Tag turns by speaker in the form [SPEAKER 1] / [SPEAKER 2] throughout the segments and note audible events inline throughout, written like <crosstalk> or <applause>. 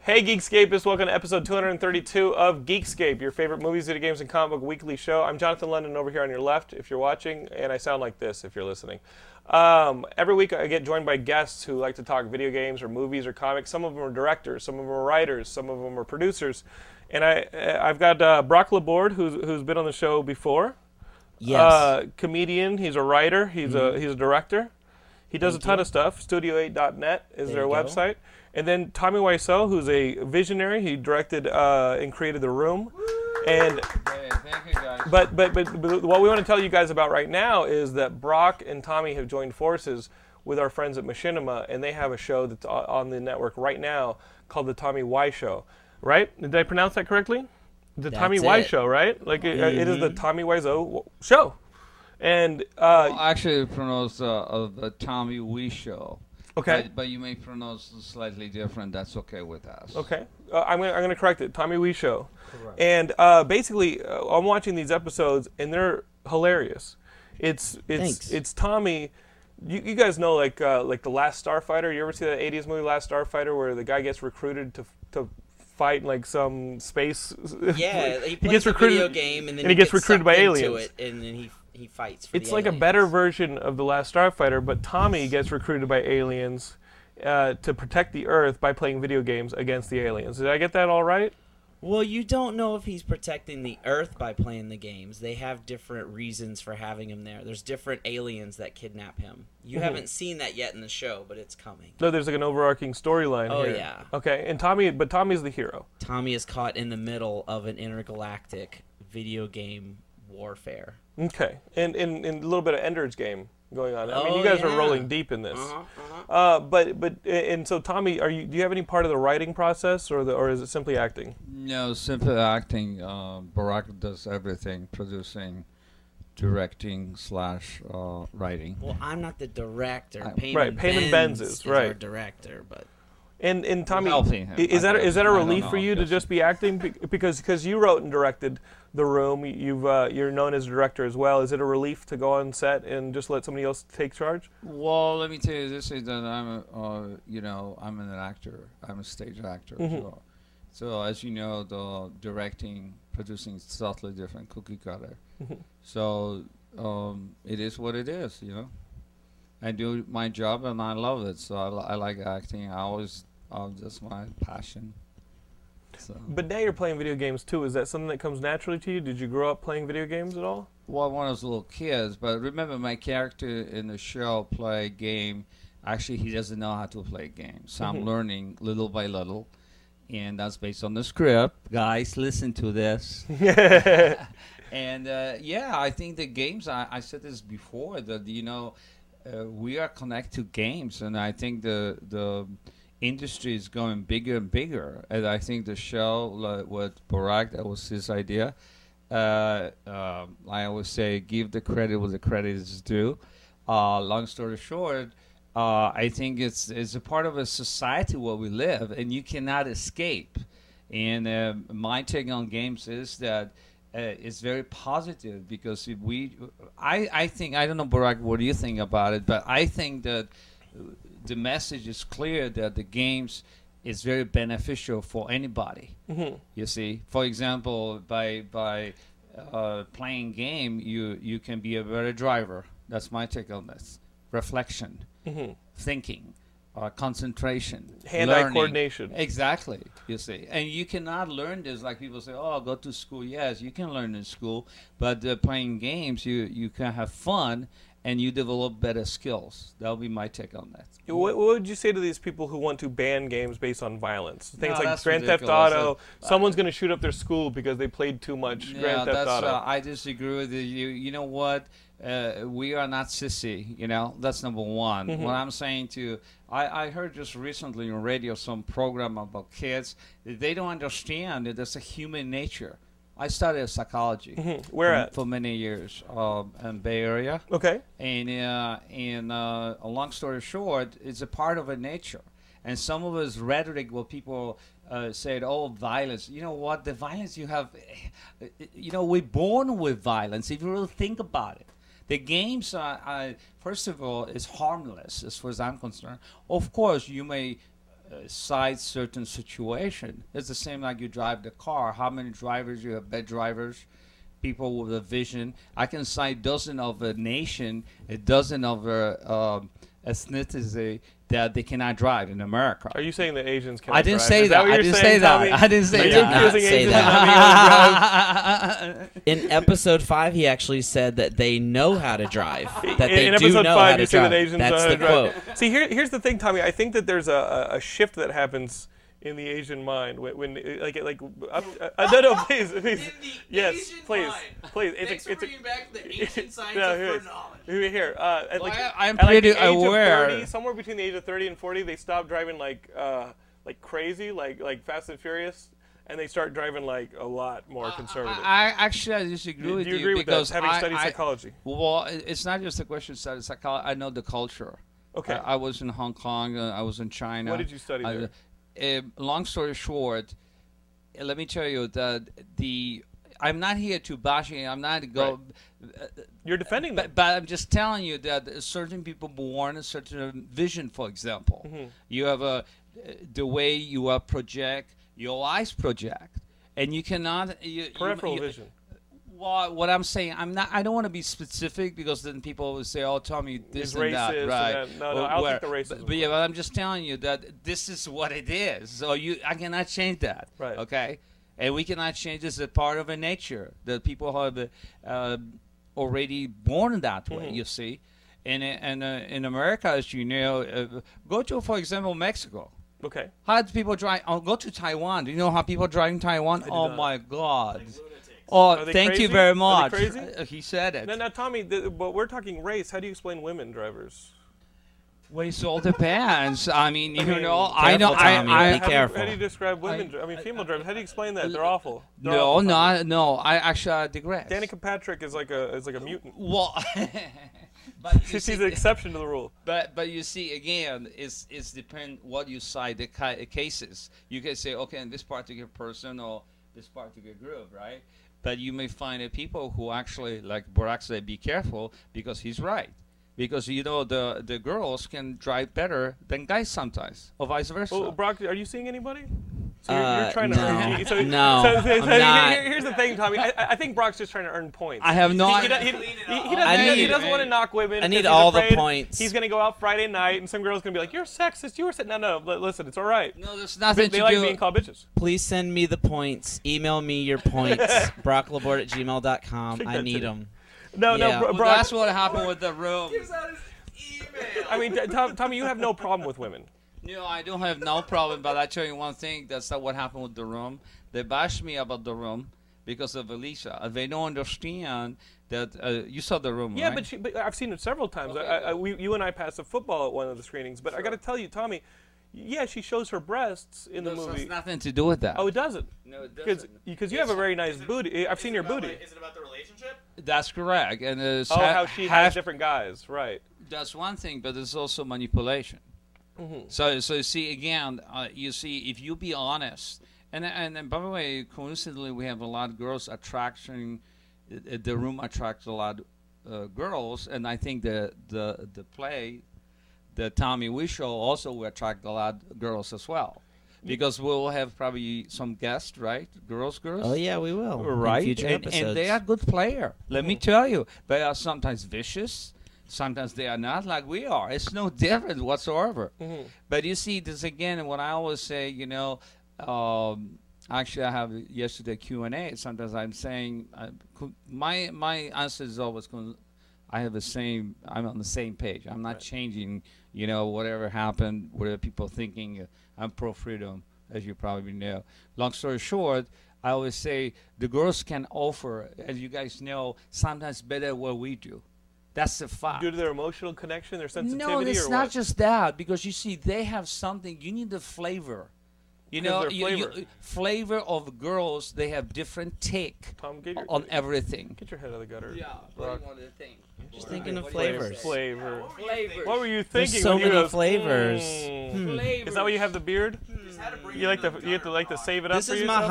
[SPEAKER 1] Hey Geekscapists, welcome to episode 232 of Geekscape, your favorite movies, video games, and comic book weekly show. I'm Jonathan London over here on your left if you're watching, and I sound like this if you're listening. Um, every week I get joined by guests who like to talk video games or movies or comics. Some of them are directors, some of them are writers, some of them are producers. And I, I've got uh, Brock Laborde, who's, who's been on the show before.
[SPEAKER 2] Yes.
[SPEAKER 1] Uh, comedian, he's a writer, he's, a, he's a director. He does a ton of stuff. Studio8.net is their
[SPEAKER 2] you go.
[SPEAKER 1] website. And then Tommy Wiseau, who's a visionary, he directed uh, and created The Room. And but, but but but what we want to tell you guys about right now is that Brock and Tommy have joined forces with our friends at Machinima, and they have a show that's o- on the network right now called the Tommy Y Show. Right? Did I pronounce that correctly? The Tommy
[SPEAKER 2] That's
[SPEAKER 1] Y
[SPEAKER 2] it. Mm-hmm.
[SPEAKER 1] Show, right? Like it- it is the Tommy Wiseau w- show. And uh,
[SPEAKER 3] Well, actually, we pronounce uh, uh, the Tommy Wee show.
[SPEAKER 1] Okay.
[SPEAKER 3] But, but you may pronounce it slightly different. That's okay with us.
[SPEAKER 1] Okay, uh, I'm gonna I'm gonna correct it. Tommy Wee show, and uh, basically uh, I'm watching these episodes and they're hilarious. It's it's
[SPEAKER 2] Thanks.
[SPEAKER 1] it's Tommy. You, you guys know like uh, like the Last Starfighter. You ever see that '80s movie Last Starfighter where the guy gets recruited to to fight like some space? <laughs>
[SPEAKER 2] Yeah, he, plays
[SPEAKER 1] gets
[SPEAKER 2] a
[SPEAKER 1] recruited-
[SPEAKER 2] video game and then
[SPEAKER 1] he gets recruited
[SPEAKER 3] sucked
[SPEAKER 1] by
[SPEAKER 3] into
[SPEAKER 1] aliens.
[SPEAKER 3] it, and then he he fights. For
[SPEAKER 1] It's
[SPEAKER 3] the
[SPEAKER 1] like a
[SPEAKER 3] aliens.
[SPEAKER 1] better version of the Last Starfighter, but Tommy gets recruited by aliens uh, to protect the Earth by playing video games against the aliens. Did I get that all right?
[SPEAKER 2] Well, you don't know if he's protecting the Earth by playing the games. They have different reasons for having him there. There's different aliens that kidnap him. You haven't seen that yet in the show, but it's coming.
[SPEAKER 1] No, there's like an overarching storyline
[SPEAKER 2] Oh,
[SPEAKER 1] here.
[SPEAKER 2] yeah.
[SPEAKER 1] Okay, and Tommy, but Tommy's the hero.
[SPEAKER 2] Tommy is caught in the middle of an intergalactic video game warfare.
[SPEAKER 1] Okay, and and, and a little bit of Ender's Game going on. I mean,
[SPEAKER 2] Oh,
[SPEAKER 1] you guys are
[SPEAKER 2] yeah. Uh-huh,
[SPEAKER 1] rolling deep in this. uh but but and so Tommy, are you? Do you have any part of the writing process, or the or is it simply acting?
[SPEAKER 3] No, simple acting. Uh, Barack does everything: producing, directing slash uh, writing.
[SPEAKER 2] Well, I'm not the director. Payman
[SPEAKER 1] right, Payman Benz
[SPEAKER 2] Benz
[SPEAKER 1] is,
[SPEAKER 2] is
[SPEAKER 1] right.
[SPEAKER 2] our director, but
[SPEAKER 1] And and Tommy,
[SPEAKER 3] Helping him,
[SPEAKER 1] i- is
[SPEAKER 3] I
[SPEAKER 1] that is
[SPEAKER 3] guess.
[SPEAKER 1] that a
[SPEAKER 3] I don't
[SPEAKER 1] relief
[SPEAKER 3] know,
[SPEAKER 1] for
[SPEAKER 3] I'm
[SPEAKER 1] you to
[SPEAKER 3] guessing.
[SPEAKER 1] just be acting Be- because because you wrote and directed the room. You've uh, you're known as a director as well. Is it a relief to go on set and just let somebody else take charge?
[SPEAKER 3] Well, let me tell you, this is that I'm, a, uh, you know, I'm an actor. I'm a stage actor as well. So as you know, the directing, producing is totally different, cookie cutter. so um, it is what it is, you know. I do my job and I love it. So I, li- I like acting. I always, uh, that's my passion. So.
[SPEAKER 1] But now you're playing video games too. Is that something that comes naturally to you? Did you grow up playing video games at all?
[SPEAKER 3] well, when I was little kids, but remember my character in the show play a game. Actually, he doesn't know how to play games, so I'm learning little by little, and that's based on the script. Guys, listen to this. and uh, yeah, I think the games. I, I said this before that you know uh, we are connected to games, and I think the the industry is going bigger and bigger. And I think the show like, with Barack that was his idea. Uh, um, I always say give the credit where the credit is due. Uh, long story short. Uh, I think it's it's a part of a society where we live, and you cannot escape. And uh, my take on games is that uh, it's very positive because if we, I, I think, I don't know, Barack, what do you think about it? But I think that uh, the message is clear that the games is very beneficial for anybody.
[SPEAKER 1] Mm-hmm.
[SPEAKER 3] You see, for example, by by uh, playing game, you you can be a better driver. That's my take on this. Reflection, thinking, uh, concentration,
[SPEAKER 1] Mm-hmm. Hand-eye
[SPEAKER 3] learning.
[SPEAKER 1] coordination.
[SPEAKER 3] Exactly. You see, and you cannot learn this like people say. Oh, go to school. Yes, you can learn in school, but uh, playing games, you you can have fun and you develop better skills. That'll be my take on that.
[SPEAKER 1] What, what would you say to these people who want to ban games based on violence? Things
[SPEAKER 3] No,
[SPEAKER 1] like
[SPEAKER 3] that's
[SPEAKER 1] Grand Theft
[SPEAKER 3] ridiculous.
[SPEAKER 1] Auto.
[SPEAKER 3] Uh,
[SPEAKER 1] Someone's going to shoot up their school because they played too much Grand Theft
[SPEAKER 3] that's,
[SPEAKER 1] Auto.
[SPEAKER 3] Uh, I disagree with you. You, you know what? Uh, we are not sissy. You know that's number one.
[SPEAKER 1] Mm-hmm.
[SPEAKER 3] What I'm saying to you, I, I heard just recently on radio some program about kids. They don't understand that that's a human nature. I studied psychology.
[SPEAKER 1] Mm-hmm. Where
[SPEAKER 3] for-
[SPEAKER 1] at?
[SPEAKER 3] For many years um, in Bay Area.
[SPEAKER 1] okay.
[SPEAKER 3] And uh, and uh, a long story short, it's a part of a nature. And some of us rhetoric where people uh, said, "Oh, violence." You know what? The violence you have, you know, we're born with violence. If you really think about it, the games are, are first of all is harmless as far as I'm concerned. Of course, you may uh, side certain situation. It's the same like you drive the car. How many drivers you have? Bad drivers, people with a vision. I can cite dozen of a nation, a dozen of a um, ethnicity that they cannot drive in America.
[SPEAKER 1] Are you saying that Asians can't?
[SPEAKER 3] I didn't
[SPEAKER 1] drive?
[SPEAKER 3] say
[SPEAKER 1] Is that.
[SPEAKER 3] that.
[SPEAKER 1] what
[SPEAKER 3] I
[SPEAKER 1] you're
[SPEAKER 3] didn't
[SPEAKER 1] saying,
[SPEAKER 3] say that.
[SPEAKER 1] Tommy?
[SPEAKER 3] I didn't
[SPEAKER 1] Are
[SPEAKER 3] say
[SPEAKER 1] you
[SPEAKER 2] did not
[SPEAKER 3] that.
[SPEAKER 1] accusing
[SPEAKER 2] say
[SPEAKER 1] Asians of
[SPEAKER 2] that.
[SPEAKER 1] having illegal drive?
[SPEAKER 2] In episode five, he actually said that they know how to drive.
[SPEAKER 1] <laughs>
[SPEAKER 2] That
[SPEAKER 1] in,
[SPEAKER 2] they
[SPEAKER 1] in
[SPEAKER 2] do
[SPEAKER 1] episode
[SPEAKER 2] know how
[SPEAKER 1] five,
[SPEAKER 2] to
[SPEAKER 1] you see that
[SPEAKER 2] drive.
[SPEAKER 1] Asians
[SPEAKER 2] That's
[SPEAKER 1] know
[SPEAKER 2] the
[SPEAKER 1] how to
[SPEAKER 2] quote.
[SPEAKER 1] drive. See, here, here's the thing, Tommy. I think that there's a, a- a shift that happens in the Asian mind when, when uh, like, like, up, uh, uh, no, <laughs> no, please, please, yes, please, please. It's a, it's a,
[SPEAKER 2] back the
[SPEAKER 1] <laughs> no, here, here, here, uh, at like,
[SPEAKER 3] I- I'm
[SPEAKER 1] at like the age
[SPEAKER 3] pretty
[SPEAKER 1] of
[SPEAKER 3] aware.
[SPEAKER 1] 30, somewhere between the age of 30 and 40, they stop driving like, uh, like crazy, like, like Fast and Furious, and they start driving like a lot more conservative.
[SPEAKER 3] Uh, I, I actually I disagree
[SPEAKER 1] Do
[SPEAKER 3] with
[SPEAKER 1] you agree with that,
[SPEAKER 3] because
[SPEAKER 1] having
[SPEAKER 3] I-
[SPEAKER 1] studied
[SPEAKER 3] I-
[SPEAKER 1] psychology?
[SPEAKER 3] Well, it- it's not just a question of studying psychology. I know the culture.
[SPEAKER 1] Okay.
[SPEAKER 3] I, I was in Hong Kong. Uh, I was in China.
[SPEAKER 1] What did you study
[SPEAKER 3] I- um, long story short, uh, let me tell you that the I'm not here to bashing. I'm not go. uh,
[SPEAKER 1] You're defending that.
[SPEAKER 3] But, but I'm just telling you that certain people born a certain vision. For example,
[SPEAKER 1] Mm-hmm.
[SPEAKER 3] you have a uh, the way you are project your eyes project, and you cannot you, you-
[SPEAKER 1] Peripheral
[SPEAKER 3] you-
[SPEAKER 1] vision.
[SPEAKER 3] Well, what I'm saying, I'm not. I don't want to be specific because then people will say, "Oh, Tommy, this
[SPEAKER 1] He's
[SPEAKER 3] and that."
[SPEAKER 1] racist and
[SPEAKER 3] Right?
[SPEAKER 1] that. No, no,
[SPEAKER 3] Or
[SPEAKER 1] I'll
[SPEAKER 3] where-
[SPEAKER 1] take the racism
[SPEAKER 3] But, but yeah, but I'm just telling you that this is what it is. So you, I cannot change that.
[SPEAKER 1] Right.
[SPEAKER 3] Okay. And we cannot change this. It's a part of a nature that people have uh, already born that way.
[SPEAKER 1] Mm-hmm.
[SPEAKER 3] You see, and and uh, in America, as you know, uh, go to for example Mexico.
[SPEAKER 1] Okay.
[SPEAKER 3] How do people drive? Oh, go to Taiwan. Do you know how people drive in Taiwan? Oh my God! oh,
[SPEAKER 1] they
[SPEAKER 3] thank
[SPEAKER 1] crazy?
[SPEAKER 3] you very
[SPEAKER 1] Are
[SPEAKER 3] much.
[SPEAKER 1] they crazy?
[SPEAKER 3] Uh, He said it.
[SPEAKER 1] Now, now Tommy, the, but we're talking race. How do you explain women drivers?
[SPEAKER 3] Well, it all depends. I mean, you
[SPEAKER 1] mean,
[SPEAKER 3] know, I know,
[SPEAKER 2] careful, Tommy,
[SPEAKER 3] I,
[SPEAKER 2] be
[SPEAKER 3] I,
[SPEAKER 1] How do you-
[SPEAKER 2] careful.
[SPEAKER 1] how do you describe women? dri- I, mean, female drivers. How do you explain that? They're awful. They're
[SPEAKER 3] no,
[SPEAKER 1] awful.
[SPEAKER 3] no, no. I actually I digress.
[SPEAKER 1] Danica Patrick is like a is like a mutant.
[SPEAKER 3] well, <laughs> but you
[SPEAKER 1] <laughs> She's
[SPEAKER 3] see,
[SPEAKER 1] an exception to the rule.
[SPEAKER 3] but but you see again, it's it's depend what you cite the ki- cases. You can say okay, in this particular person or this particular group, right? But you may find that people who actually like Barack said, be careful because he's right. Because you know the the girls can drive better than guys sometimes, or vice versa.
[SPEAKER 1] Well, Oh, Brock, are you seeing anybody? So you're,
[SPEAKER 2] Uh,
[SPEAKER 1] you're trying
[SPEAKER 2] no.
[SPEAKER 1] to earn. So,
[SPEAKER 2] No,
[SPEAKER 1] so- so- so
[SPEAKER 2] I'm
[SPEAKER 1] here-
[SPEAKER 2] not.
[SPEAKER 1] here- here's the thing, Tommy. I, I think Brock's just trying to earn points.
[SPEAKER 3] I have no
[SPEAKER 1] He,
[SPEAKER 3] idea.
[SPEAKER 1] he, he, he doesn't,
[SPEAKER 2] I need-
[SPEAKER 1] he doesn't want to knock women.
[SPEAKER 2] I need
[SPEAKER 1] 'cause he's
[SPEAKER 2] all the
[SPEAKER 1] afraid
[SPEAKER 2] points.
[SPEAKER 1] He's gonna go out Friday night, and some girl's gonna be like, "You're sexist. You were sitting." No, no. li- Listen, it's all right.
[SPEAKER 3] No, there's
[SPEAKER 1] They,
[SPEAKER 3] nothing
[SPEAKER 1] they
[SPEAKER 3] to
[SPEAKER 1] like
[SPEAKER 3] do.
[SPEAKER 1] being called bitches.
[SPEAKER 2] Please send me the points. Email me your points.
[SPEAKER 1] <laughs>
[SPEAKER 2] brocklabord at gmail.com. I need them.
[SPEAKER 1] No,
[SPEAKER 2] Yeah.
[SPEAKER 1] no. Bro-
[SPEAKER 2] Well,
[SPEAKER 3] Well,
[SPEAKER 1] Brock,
[SPEAKER 3] that's what happened with the room.
[SPEAKER 1] I mean, t- Tom, Tommy, you have no problem with women.
[SPEAKER 3] No, I don't have no problem, but I tell you one thing. That's not what happened with the room. They bashed me about the room because of Elisa. Uh, They don't understand that uh, you saw the room.
[SPEAKER 1] Yeah,
[SPEAKER 3] right?
[SPEAKER 1] but, she, but I've seen it several times. I, I, we, you and I passed a football at one of the screenings, but I got to tell you, Tommy, yeah, she shows her breasts in the
[SPEAKER 3] So
[SPEAKER 1] movie.
[SPEAKER 3] it's nothing to do with that.
[SPEAKER 1] oh, it doesn't.
[SPEAKER 3] No, it doesn't.
[SPEAKER 1] Because you have a very nice booty. I've seen your booty.
[SPEAKER 4] Is it about the relationship?
[SPEAKER 3] that's correct. And uh, it's
[SPEAKER 1] oh,
[SPEAKER 3] ha-
[SPEAKER 1] how she has
[SPEAKER 3] half-
[SPEAKER 1] different guys, right?
[SPEAKER 3] that's one thing, but it's also manipulation. So, so you see again, uh, you see if you be honest, and and, and by the way, coincidentally, we have a lot of girls attraction. uh, The room attracts a lot uh, girls, and I think the the the play, the Tommy We show also will attract a lot of girls as well, because we'll have probably some guests, right? Girls, girls.
[SPEAKER 2] Oh, yeah, we will. in
[SPEAKER 3] Right,
[SPEAKER 2] future
[SPEAKER 3] and, and
[SPEAKER 2] episodes.
[SPEAKER 3] they are good player. Let me tell you, they are sometimes vicious. Sometimes they are not like we are. It's no different whatsoever. But you see, this again, what I always say, you know, um, actually, I have yesterday Q and A. Sometimes I'm saying I, co- my my answer is always con- I have the same. I'm on the same page. I'm not changing. You know, whatever happened, whatever people thinking. uh, I'm pro freedom, as you probably know. Long story short, I always say the girls can offer, as you guys know, sometimes better what we do. That's the fact.
[SPEAKER 1] Due to their emotional connection, their sensitivity,
[SPEAKER 3] No, it's
[SPEAKER 1] or
[SPEAKER 3] not
[SPEAKER 1] what?
[SPEAKER 3] just that because you see, they have something. You need the flavor. You know,
[SPEAKER 1] their
[SPEAKER 3] you- you-
[SPEAKER 1] flavor.
[SPEAKER 3] flavor of girls. They have different take
[SPEAKER 1] Tom, get your-
[SPEAKER 3] on everything.
[SPEAKER 1] Get your head out of the gutter.
[SPEAKER 3] What
[SPEAKER 1] Brock.
[SPEAKER 3] do you want to think?
[SPEAKER 2] Just thinking of
[SPEAKER 1] Flavor.
[SPEAKER 2] flavors.
[SPEAKER 1] Flavor.
[SPEAKER 3] Flavors.
[SPEAKER 1] What were you thinking?
[SPEAKER 2] There's so
[SPEAKER 1] when you
[SPEAKER 2] many
[SPEAKER 1] were-
[SPEAKER 2] flavors. Hmm.
[SPEAKER 1] Mm. Is that why you have the beard? You like to you have to like to save it up
[SPEAKER 2] This
[SPEAKER 1] for
[SPEAKER 2] is my
[SPEAKER 1] yourself.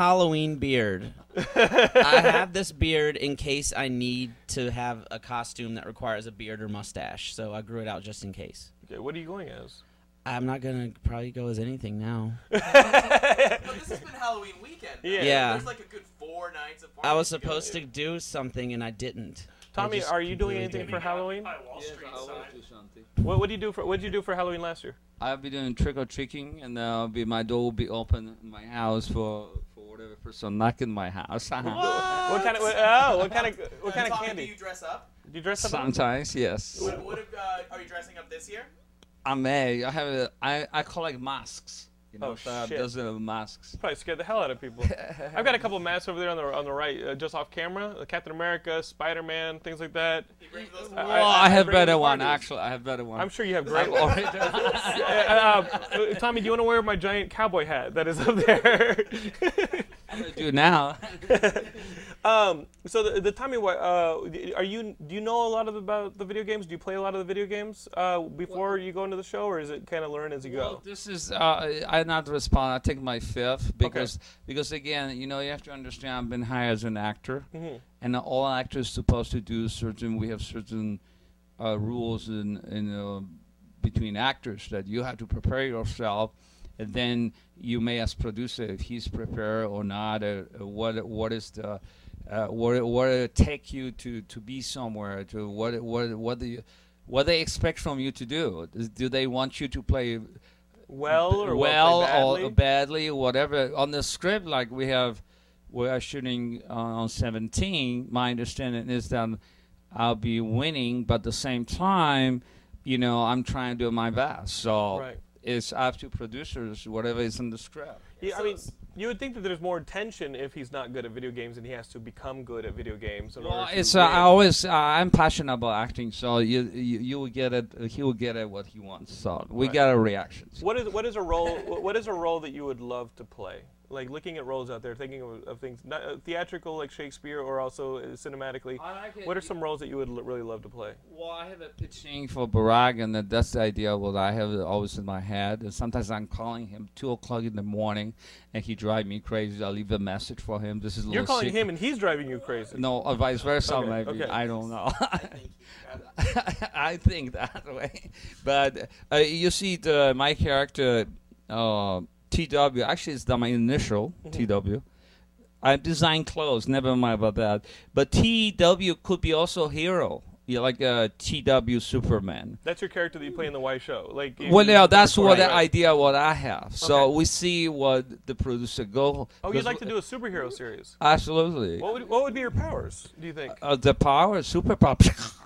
[SPEAKER 1] <laughs>
[SPEAKER 2] Halloween beard. I have this beard in case I need to have a costume that requires a beard or mustache, so I grew it out just in case.
[SPEAKER 1] okay, what are you going as?
[SPEAKER 2] I'm not gonna probably go as anything now.
[SPEAKER 4] But this has been Halloween weekend. though.
[SPEAKER 1] Yeah.
[SPEAKER 2] Yeah.
[SPEAKER 4] There's like a good four nights of
[SPEAKER 2] I was supposed to do something and I didn't. I
[SPEAKER 1] Tommy,
[SPEAKER 2] just
[SPEAKER 1] are you doing
[SPEAKER 2] completely
[SPEAKER 1] anything for
[SPEAKER 2] didn't.
[SPEAKER 1] Halloween?
[SPEAKER 3] I'll
[SPEAKER 1] What what do you do for what did you do for Halloween last year?
[SPEAKER 3] be doing trick or treating, and uh, be my door will be open in my house for for whatever person knocking my house. <laughs>
[SPEAKER 1] What kind of what, oh what kind of what kind of
[SPEAKER 4] Tommy,
[SPEAKER 1] candy?
[SPEAKER 4] do you dress up?
[SPEAKER 1] Do you dress up?
[SPEAKER 3] Sometimes, yes.
[SPEAKER 4] What, what if, uh, are you dressing up this year?
[SPEAKER 3] I may. I have a. I I collect masks. You know,
[SPEAKER 1] Oh,
[SPEAKER 3] so I have
[SPEAKER 1] shit.
[SPEAKER 3] dozens of masks.
[SPEAKER 1] Probably scared the hell out of people. I've got a couple masks over there on the on the right, uh, just off camera. Uh, Captain America, Spider Man, things like that.
[SPEAKER 4] You bring those
[SPEAKER 3] Well,
[SPEAKER 1] I-
[SPEAKER 3] Oh, I,
[SPEAKER 1] I
[SPEAKER 3] have
[SPEAKER 1] bring
[SPEAKER 3] better
[SPEAKER 1] the
[SPEAKER 3] one.
[SPEAKER 1] parties.
[SPEAKER 3] Actually, I have better one.
[SPEAKER 1] I'm sure you have great.
[SPEAKER 3] I've
[SPEAKER 1] ones. <laughs>
[SPEAKER 3] already done.
[SPEAKER 1] Uh, uh, Tommy, do you want to wear my giant cowboy hat that is up there? <laughs>
[SPEAKER 3] I do now.
[SPEAKER 1] um, so the, the Tommy, what uh, are you? Do you know a lot of about the video games? Do you play a lot of the video games uh, before you go into the show, or is it kind of learn as you
[SPEAKER 3] Well,
[SPEAKER 1] go?
[SPEAKER 3] this is uh, I not respond. I take my fifth because because again, you know, you have to understand. I've been hired as an actor, and all actors supposed to do certain. We have certain uh, rules in in uh, between actors that you have to prepare yourself, and then you may ask producer if he's prepared or not. Uh, uh, what what is the uh, what what it take you to to be somewhere to what what what do you what they expect from you to do do they want you to play
[SPEAKER 1] Well, or well,
[SPEAKER 3] well
[SPEAKER 1] played badly?
[SPEAKER 3] or badly or whatever on the script like we have we are shooting uh, on 17 my understanding is that i'll be winning but at the same time you know i'm trying to do my best so
[SPEAKER 1] Right.
[SPEAKER 3] it's up to producers whatever is in the script
[SPEAKER 1] Yeah, I mean, you would think that there's more tension if he's not good at video games and he has to become good at video games. In
[SPEAKER 3] Well,
[SPEAKER 1] order to
[SPEAKER 3] it's uh, I
[SPEAKER 1] win.
[SPEAKER 3] always uh, I'm passionate about acting, so you you, you will get it. He will get it what he wants. So we got a reaction.
[SPEAKER 1] What is what is a
[SPEAKER 3] <laughs>
[SPEAKER 1] role? wh- what is a role that you would love to play? Like looking at roles out there, thinking of, of things not, uh, theatrical, like Shakespeare, or also uh, cinematically.
[SPEAKER 3] I like it.
[SPEAKER 1] What are some roles that you would l- really love to play?
[SPEAKER 3] Well, I have a pitching for Barack, and that, that's the idea what I have always in my head. And sometimes I'm calling him two o'clock in the morning, and he drive me crazy. I leave a message for him. This is a
[SPEAKER 1] You're
[SPEAKER 3] little
[SPEAKER 1] calling
[SPEAKER 3] secret.
[SPEAKER 1] him, and he's driving you crazy.
[SPEAKER 3] No, or vice versa,
[SPEAKER 1] Okay,
[SPEAKER 3] maybe.
[SPEAKER 1] okay.
[SPEAKER 3] I don't know. <laughs> I think that way. But uh, you see, the, my character, uh, TW, actually, it's not my initial,
[SPEAKER 1] Mm-hmm.
[SPEAKER 3] TW. I design clothes, never mind about that. But TW could be also hero, yeah, like a TW Superman.
[SPEAKER 1] That's your character that you play in the Y show. Like if
[SPEAKER 3] Well,
[SPEAKER 1] you-
[SPEAKER 3] now that's what the
[SPEAKER 1] Mm-hmm. Right.
[SPEAKER 3] idea what I have. So
[SPEAKER 1] Okay.
[SPEAKER 3] we see what the producer go.
[SPEAKER 1] Oh, you'd like to do a superhero series.
[SPEAKER 3] Absolutely.
[SPEAKER 1] What would, what would be your powers? Do you think?
[SPEAKER 3] Uh, the power, superpower.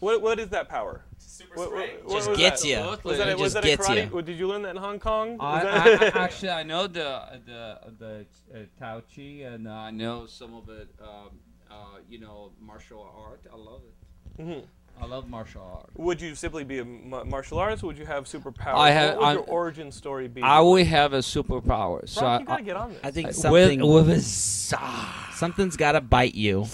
[SPEAKER 1] What what is that power?
[SPEAKER 4] super
[SPEAKER 1] What,
[SPEAKER 4] spray.
[SPEAKER 1] what- what
[SPEAKER 2] Just
[SPEAKER 1] was
[SPEAKER 2] gets
[SPEAKER 1] that?
[SPEAKER 2] you.
[SPEAKER 1] Was that, a-
[SPEAKER 2] It
[SPEAKER 1] was
[SPEAKER 2] just
[SPEAKER 1] that a
[SPEAKER 2] gets
[SPEAKER 1] karate?
[SPEAKER 2] you.
[SPEAKER 1] Did you learn that in Hong Kong?
[SPEAKER 3] I,
[SPEAKER 1] Is
[SPEAKER 3] I,
[SPEAKER 1] that- <laughs>
[SPEAKER 3] I- actually, I know the the the uh, Tao Chi, and uh, I know some of it. Um, uh, you know, martial art. I love it.
[SPEAKER 1] Mm-hmm.
[SPEAKER 3] I love martial art.
[SPEAKER 1] Would you simply be a ma- martial arts? Would you have superpowers?
[SPEAKER 3] I have-
[SPEAKER 1] What would
[SPEAKER 3] I'm-
[SPEAKER 1] your origin story be?
[SPEAKER 3] I will have a superpower. So
[SPEAKER 1] Brock,
[SPEAKER 3] I,
[SPEAKER 1] you gotta get on this.
[SPEAKER 2] I think
[SPEAKER 3] I- with
[SPEAKER 2] something
[SPEAKER 3] with a zah.
[SPEAKER 2] something's gotta bite you.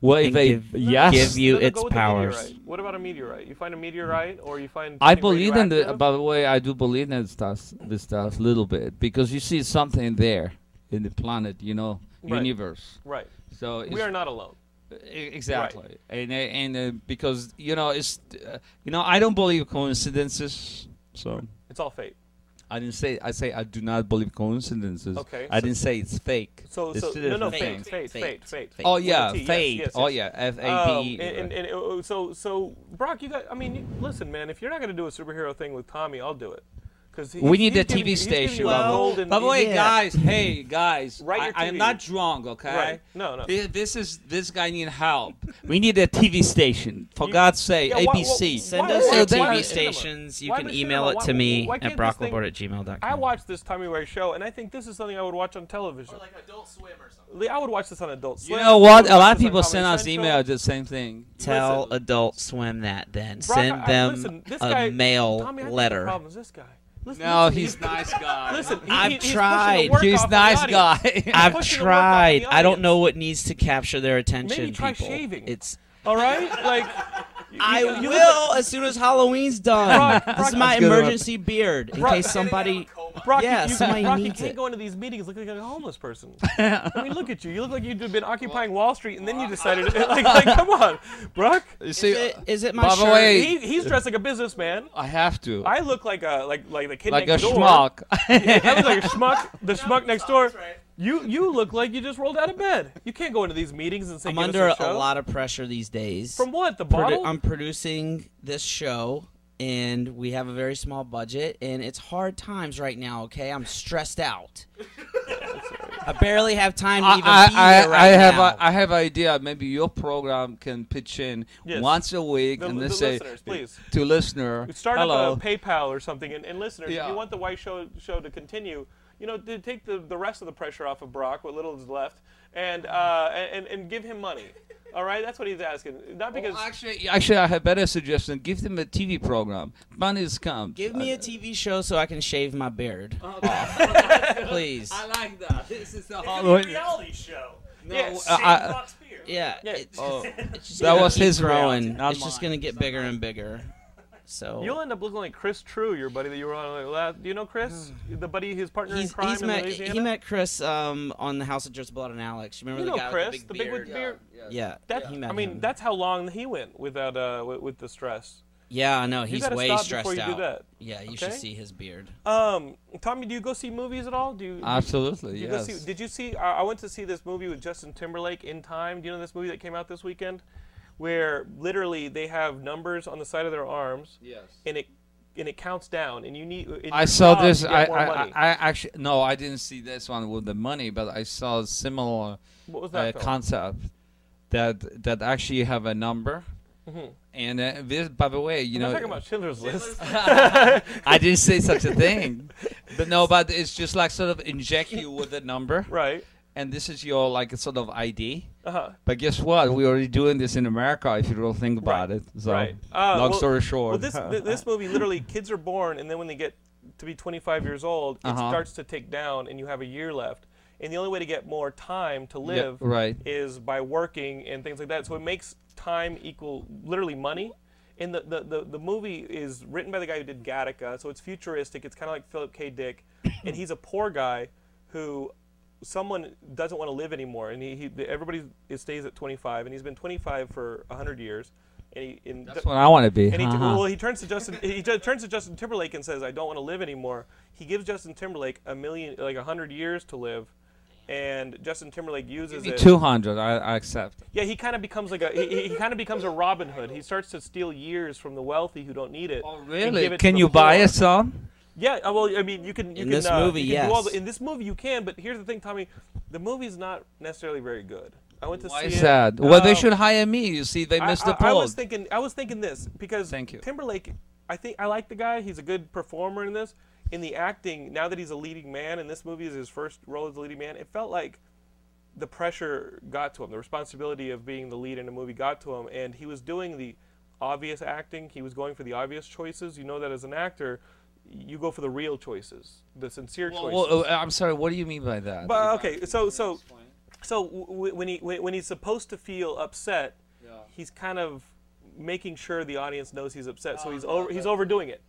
[SPEAKER 3] Well, if
[SPEAKER 2] and
[SPEAKER 3] they-
[SPEAKER 2] give-
[SPEAKER 3] yes,
[SPEAKER 2] give you
[SPEAKER 1] No, no,
[SPEAKER 2] its
[SPEAKER 1] go with the
[SPEAKER 2] powers.
[SPEAKER 1] meteorite. What about a meteorite? You find a meteorite, or you find
[SPEAKER 3] I
[SPEAKER 1] something
[SPEAKER 3] believe in the.
[SPEAKER 1] radioactive?
[SPEAKER 3] By the way, I do believe in stuff, this stuff a little bit because you see something there in the planet, you know,
[SPEAKER 1] Right.
[SPEAKER 3] universe.
[SPEAKER 1] right.
[SPEAKER 3] So
[SPEAKER 1] We
[SPEAKER 3] it's-
[SPEAKER 1] are not alone.
[SPEAKER 3] E- Exactly, and uh, and uh, because you know it's uh, you know I don't believe coincidences, so
[SPEAKER 1] It's all fate.
[SPEAKER 3] I didn't say. I say I do not believe coincidences.
[SPEAKER 1] Okay,
[SPEAKER 3] I
[SPEAKER 1] so-
[SPEAKER 3] didn't say it's fake.
[SPEAKER 1] So,
[SPEAKER 3] It's
[SPEAKER 1] so
[SPEAKER 3] two
[SPEAKER 1] no, no,
[SPEAKER 3] different
[SPEAKER 1] fate,
[SPEAKER 3] things.
[SPEAKER 1] fate, fate,
[SPEAKER 2] Fate,
[SPEAKER 1] fate.
[SPEAKER 2] fate.
[SPEAKER 3] Oh
[SPEAKER 1] With a
[SPEAKER 3] yeah,
[SPEAKER 1] T, yes,
[SPEAKER 3] fate.
[SPEAKER 1] yes,
[SPEAKER 3] Oh
[SPEAKER 1] yes.
[SPEAKER 3] yeah, F A
[SPEAKER 1] Um,
[SPEAKER 3] T E.
[SPEAKER 1] and, and, and uh, so so Brock, you got. I mean, you, listen, man. If you're not gonna do a superhero thing with Tommy, I'll do it. Because
[SPEAKER 3] We need a TV station.
[SPEAKER 2] Well,
[SPEAKER 1] golden,
[SPEAKER 3] By the way,
[SPEAKER 2] Yeah.
[SPEAKER 3] guys, hey guys,
[SPEAKER 1] <laughs> Write your
[SPEAKER 3] I,
[SPEAKER 1] TV.
[SPEAKER 3] I'm not drunk, okay?
[SPEAKER 1] Right. No, no.
[SPEAKER 3] Thi- This, is this guy need help. we need a TV station, for God's sake,
[SPEAKER 1] Yeah, why- why-
[SPEAKER 3] ABC.
[SPEAKER 2] Send
[SPEAKER 1] Why-
[SPEAKER 2] us
[SPEAKER 1] why-
[SPEAKER 2] your
[SPEAKER 3] why-
[SPEAKER 2] TV
[SPEAKER 3] why-
[SPEAKER 2] stations. You
[SPEAKER 1] why
[SPEAKER 2] can
[SPEAKER 1] the
[SPEAKER 2] email
[SPEAKER 1] cinema?
[SPEAKER 2] it
[SPEAKER 1] Why-
[SPEAKER 2] to me
[SPEAKER 1] why
[SPEAKER 2] at
[SPEAKER 1] can't this thing-
[SPEAKER 2] brockleboard at gmail.com.
[SPEAKER 1] I watched this Tommy Ray show, and I think this is something I would watch on television.
[SPEAKER 4] Or like Adult Swim or something.
[SPEAKER 1] Lee, I would watch this on Adult
[SPEAKER 3] you
[SPEAKER 1] Swim. I
[SPEAKER 3] know what?
[SPEAKER 1] would
[SPEAKER 3] A
[SPEAKER 1] watch
[SPEAKER 3] lot of
[SPEAKER 1] this on
[SPEAKER 3] people
[SPEAKER 1] Comedy
[SPEAKER 3] send us
[SPEAKER 1] Central.
[SPEAKER 3] email the same thing.
[SPEAKER 2] Tell
[SPEAKER 1] listen.
[SPEAKER 2] Adult Swim that then.
[SPEAKER 1] Brock,
[SPEAKER 2] Send
[SPEAKER 1] I- I-
[SPEAKER 2] them
[SPEAKER 1] listen, this
[SPEAKER 2] a
[SPEAKER 1] guy,
[SPEAKER 2] mail
[SPEAKER 1] Tommy, I think The
[SPEAKER 2] letter.
[SPEAKER 1] problem is this guy. Listen, <laughs>
[SPEAKER 3] No,
[SPEAKER 1] listen,
[SPEAKER 3] he's nice guy.
[SPEAKER 1] Listen, he-
[SPEAKER 2] I've
[SPEAKER 1] he- he's pushing the
[SPEAKER 2] tried.
[SPEAKER 1] work
[SPEAKER 3] He's
[SPEAKER 1] off on the
[SPEAKER 3] nice
[SPEAKER 1] audience.
[SPEAKER 3] guy. <laughs>
[SPEAKER 1] pushing the work
[SPEAKER 2] I've
[SPEAKER 1] off on
[SPEAKER 2] tried.
[SPEAKER 1] the
[SPEAKER 2] I don't know
[SPEAKER 1] audience.
[SPEAKER 2] what needs to capture their attention.
[SPEAKER 1] try
[SPEAKER 2] people.
[SPEAKER 1] shaving.
[SPEAKER 2] It's.
[SPEAKER 1] All right, like you-
[SPEAKER 2] I
[SPEAKER 1] you- you look
[SPEAKER 2] will as soon as Halloween's done.
[SPEAKER 1] Brock,
[SPEAKER 2] this
[SPEAKER 1] Brock,
[SPEAKER 2] is my
[SPEAKER 3] Let's get him up.
[SPEAKER 2] emergency beard in
[SPEAKER 1] Brock-
[SPEAKER 2] case
[SPEAKER 4] Getting out of a
[SPEAKER 2] somebody.
[SPEAKER 4] coma.
[SPEAKER 1] Brock, you-
[SPEAKER 2] Yeah,
[SPEAKER 1] you,
[SPEAKER 2] somebody
[SPEAKER 1] Brock, you
[SPEAKER 2] needs
[SPEAKER 1] can't
[SPEAKER 2] it.
[SPEAKER 1] go into these meetings looking like a homeless person.
[SPEAKER 3] <laughs>
[SPEAKER 1] I mean, look at you. You look like you'd been occupying Wall Street, and then you decided, like, like, come on, Brock.
[SPEAKER 3] You
[SPEAKER 2] Is
[SPEAKER 3] see,
[SPEAKER 2] it- is it my
[SPEAKER 3] by the
[SPEAKER 2] shirt?
[SPEAKER 3] way,
[SPEAKER 1] He, he's dressed like a businessman.
[SPEAKER 3] I have to.
[SPEAKER 1] I look like a like like the kid
[SPEAKER 3] like a
[SPEAKER 1] next door. <laughs>
[SPEAKER 3] schmuck.
[SPEAKER 1] I look
[SPEAKER 4] <laughs>
[SPEAKER 1] like a schmuck. The schmuck next door.
[SPEAKER 4] That's right.
[SPEAKER 1] You you look like you just rolled out of bed. You can't go into these meetings and say.
[SPEAKER 2] I'm
[SPEAKER 1] "Give us
[SPEAKER 2] under
[SPEAKER 1] a,
[SPEAKER 2] a
[SPEAKER 1] show."
[SPEAKER 2] lot of pressure these days.
[SPEAKER 1] From what the
[SPEAKER 2] Produ-
[SPEAKER 1] bottle?
[SPEAKER 2] I'm producing this show, and we have a very small budget, and it's hard times right now. Okay, I'm stressed out. I barely have time to
[SPEAKER 3] I,
[SPEAKER 2] even be
[SPEAKER 3] I,
[SPEAKER 2] here
[SPEAKER 3] I,
[SPEAKER 2] right
[SPEAKER 3] I have
[SPEAKER 2] now.
[SPEAKER 3] a, I have idea. Maybe your program can pitch in
[SPEAKER 1] Yes.
[SPEAKER 3] once a week
[SPEAKER 1] The-
[SPEAKER 3] and
[SPEAKER 1] the
[SPEAKER 3] they say
[SPEAKER 1] listeners, please.
[SPEAKER 3] to listener.
[SPEAKER 1] Start
[SPEAKER 3] hello.
[SPEAKER 1] up a PayPal or something, and, and listeners, if
[SPEAKER 3] Yeah.
[SPEAKER 1] you want the White Show show to continue, you know, to take the, the rest of the pressure off of Brock, what little is left, and uh, and and give him
[SPEAKER 2] <laughs>
[SPEAKER 1] money. All right, that's what he's asking. Not because
[SPEAKER 3] Well, actually, actually, I have better suggestion. Give them a TV program. Money's come.
[SPEAKER 2] Give me a TV show so I can shave my beard.
[SPEAKER 1] <laughs>
[SPEAKER 2] Please.
[SPEAKER 3] like that. This is the
[SPEAKER 4] It's a reality show.
[SPEAKER 1] Yes.
[SPEAKER 3] uh,
[SPEAKER 4] Shane
[SPEAKER 3] I-
[SPEAKER 4] Fox Fear.
[SPEAKER 2] Yeah.
[SPEAKER 1] Yeah.
[SPEAKER 2] It's,
[SPEAKER 1] <laughs>
[SPEAKER 2] it's just
[SPEAKER 3] That
[SPEAKER 2] gonna
[SPEAKER 3] was
[SPEAKER 2] keep
[SPEAKER 3] his
[SPEAKER 2] growing.
[SPEAKER 3] round, not
[SPEAKER 2] it's just
[SPEAKER 3] mine.
[SPEAKER 2] gonna get bigger and bigger. So
[SPEAKER 1] You'll end up looking like Chris True, your buddy that you were on last. Do you know Chris? The buddy, his partner in
[SPEAKER 2] Mm. he's,
[SPEAKER 1] crime
[SPEAKER 2] he's
[SPEAKER 1] in
[SPEAKER 2] met
[SPEAKER 1] Louisiana.
[SPEAKER 2] he met Chris um, on the House of Drips Blood and Alex. You
[SPEAKER 1] You
[SPEAKER 2] remember the
[SPEAKER 1] know
[SPEAKER 2] guy
[SPEAKER 1] Chris,
[SPEAKER 2] with
[SPEAKER 1] the
[SPEAKER 2] the big
[SPEAKER 1] big
[SPEAKER 2] beard?
[SPEAKER 1] with beard?
[SPEAKER 2] yeah.
[SPEAKER 1] That,
[SPEAKER 2] he met
[SPEAKER 1] I mean,
[SPEAKER 2] him.
[SPEAKER 1] that's how long he went without uh with, with the stress.
[SPEAKER 2] yeah. I know he's
[SPEAKER 1] gotta
[SPEAKER 2] way
[SPEAKER 1] stop before
[SPEAKER 2] stressed
[SPEAKER 1] you do
[SPEAKER 2] out.
[SPEAKER 1] that,
[SPEAKER 2] Yeah, you should
[SPEAKER 1] okay?
[SPEAKER 2] see his beard.
[SPEAKER 1] Um, Tommy, do you go see movies at all? Do you?
[SPEAKER 3] Uh, Absolutely,
[SPEAKER 1] do you
[SPEAKER 3] yes.
[SPEAKER 1] go see, did you see? I I went to see this movie with Justin Timberlake in time. Do you know this movie that came out this weekend, where literally they have numbers on the side of their arms,
[SPEAKER 3] Yes.
[SPEAKER 1] and it and it counts down, and you need. and
[SPEAKER 3] I
[SPEAKER 1] your
[SPEAKER 3] saw
[SPEAKER 1] job is
[SPEAKER 3] this.
[SPEAKER 1] Oh, to
[SPEAKER 3] I,
[SPEAKER 1] get more
[SPEAKER 3] I, I,
[SPEAKER 1] money.
[SPEAKER 3] I actually no, I didn't see this one with the money, but I saw a similar
[SPEAKER 1] What was
[SPEAKER 3] uh,
[SPEAKER 1] that called?
[SPEAKER 3] concept that that actually have a number. And uh, this, by the way, you
[SPEAKER 1] Mm-hmm. I'm not
[SPEAKER 3] know,
[SPEAKER 1] talking about Schindler's List.
[SPEAKER 3] I didn't say such
[SPEAKER 1] <laughs>
[SPEAKER 3] a thing, but no, but it's just like sort of inject you with a number,
[SPEAKER 1] right.
[SPEAKER 3] and this is your like sort of ID.
[SPEAKER 1] Uh huh.
[SPEAKER 3] But guess what? We're already doing this in America if you don't think about
[SPEAKER 1] Right.
[SPEAKER 3] it. So,
[SPEAKER 1] right. Uh,
[SPEAKER 3] long
[SPEAKER 1] well-
[SPEAKER 3] story short.
[SPEAKER 1] well,
[SPEAKER 3] <laughs>
[SPEAKER 1] this th- this movie literally kids are born, and then when they get to be 25 years old, it
[SPEAKER 3] Uh-huh.
[SPEAKER 1] starts to tick down, and you have a year left. And the only way to get more time to live
[SPEAKER 3] right.
[SPEAKER 1] is by working and things like that. So it makes time equal literally money. And the, the, the, the movie is written by the guy who did Gattaca, so it's futuristic. It's kind of like Philip K. Dick, and he's a poor guy who someone doesn't want to live anymore, and he, he everybody is- stays at 25, and he's been 25 for 100 years, and he and
[SPEAKER 3] That's what I want to be. <laughs>
[SPEAKER 1] and he
[SPEAKER 3] Uh-huh.
[SPEAKER 1] well, he turns to Justin. He ju- turns to Justin Timberlake and says, "I don't want to live anymore." He gives Justin Timberlake a million, like a hundred years to live, and Justin Timberlake uses it.
[SPEAKER 3] 200, I, I accept.
[SPEAKER 1] Yeah, he kind of becomes like a he- he, he kind of becomes a Robin Hood. He starts to steal years from the wealthy who don't need it.
[SPEAKER 2] Oh,
[SPEAKER 1] and give it to
[SPEAKER 3] Can
[SPEAKER 1] the
[SPEAKER 3] you buy
[SPEAKER 1] poor.
[SPEAKER 3] us some?
[SPEAKER 1] Yeah, uh, well, I mean, you can. You
[SPEAKER 2] In
[SPEAKER 1] can,
[SPEAKER 2] this
[SPEAKER 1] uh,
[SPEAKER 2] movie,
[SPEAKER 1] you can do all
[SPEAKER 2] yes.
[SPEAKER 1] the- in this movie, you can. But here's the thing, Tommy, the movie's not necessarily very good. I went to
[SPEAKER 3] Why
[SPEAKER 1] see
[SPEAKER 3] is
[SPEAKER 1] it.
[SPEAKER 3] that? well, they
[SPEAKER 1] Um,
[SPEAKER 3] should hire me. You see, they
[SPEAKER 1] I-
[SPEAKER 3] missed
[SPEAKER 1] I,
[SPEAKER 3] the point.
[SPEAKER 1] I was thinking. I was thinking this because
[SPEAKER 3] Thank you.
[SPEAKER 1] Timberlake. I think I like the guy. He's a good performer in this. In the acting, now that he's a leading man, and this movie is his first role as a leading man, it felt like the pressure got to him. The responsibility of being the lead in a movie got to him, and he was doing the obvious acting. He was going for the obvious choices. You know that as an actor, you go for the real choices, the sincere
[SPEAKER 3] Well,
[SPEAKER 1] choices.
[SPEAKER 3] well, uh, I'm sorry. What do you mean by that?
[SPEAKER 1] But okay, so so so w- w- when he when, when he's supposed to feel upset, he's kind of making sure the audience knows he's upset. So he's over he's overdoing it.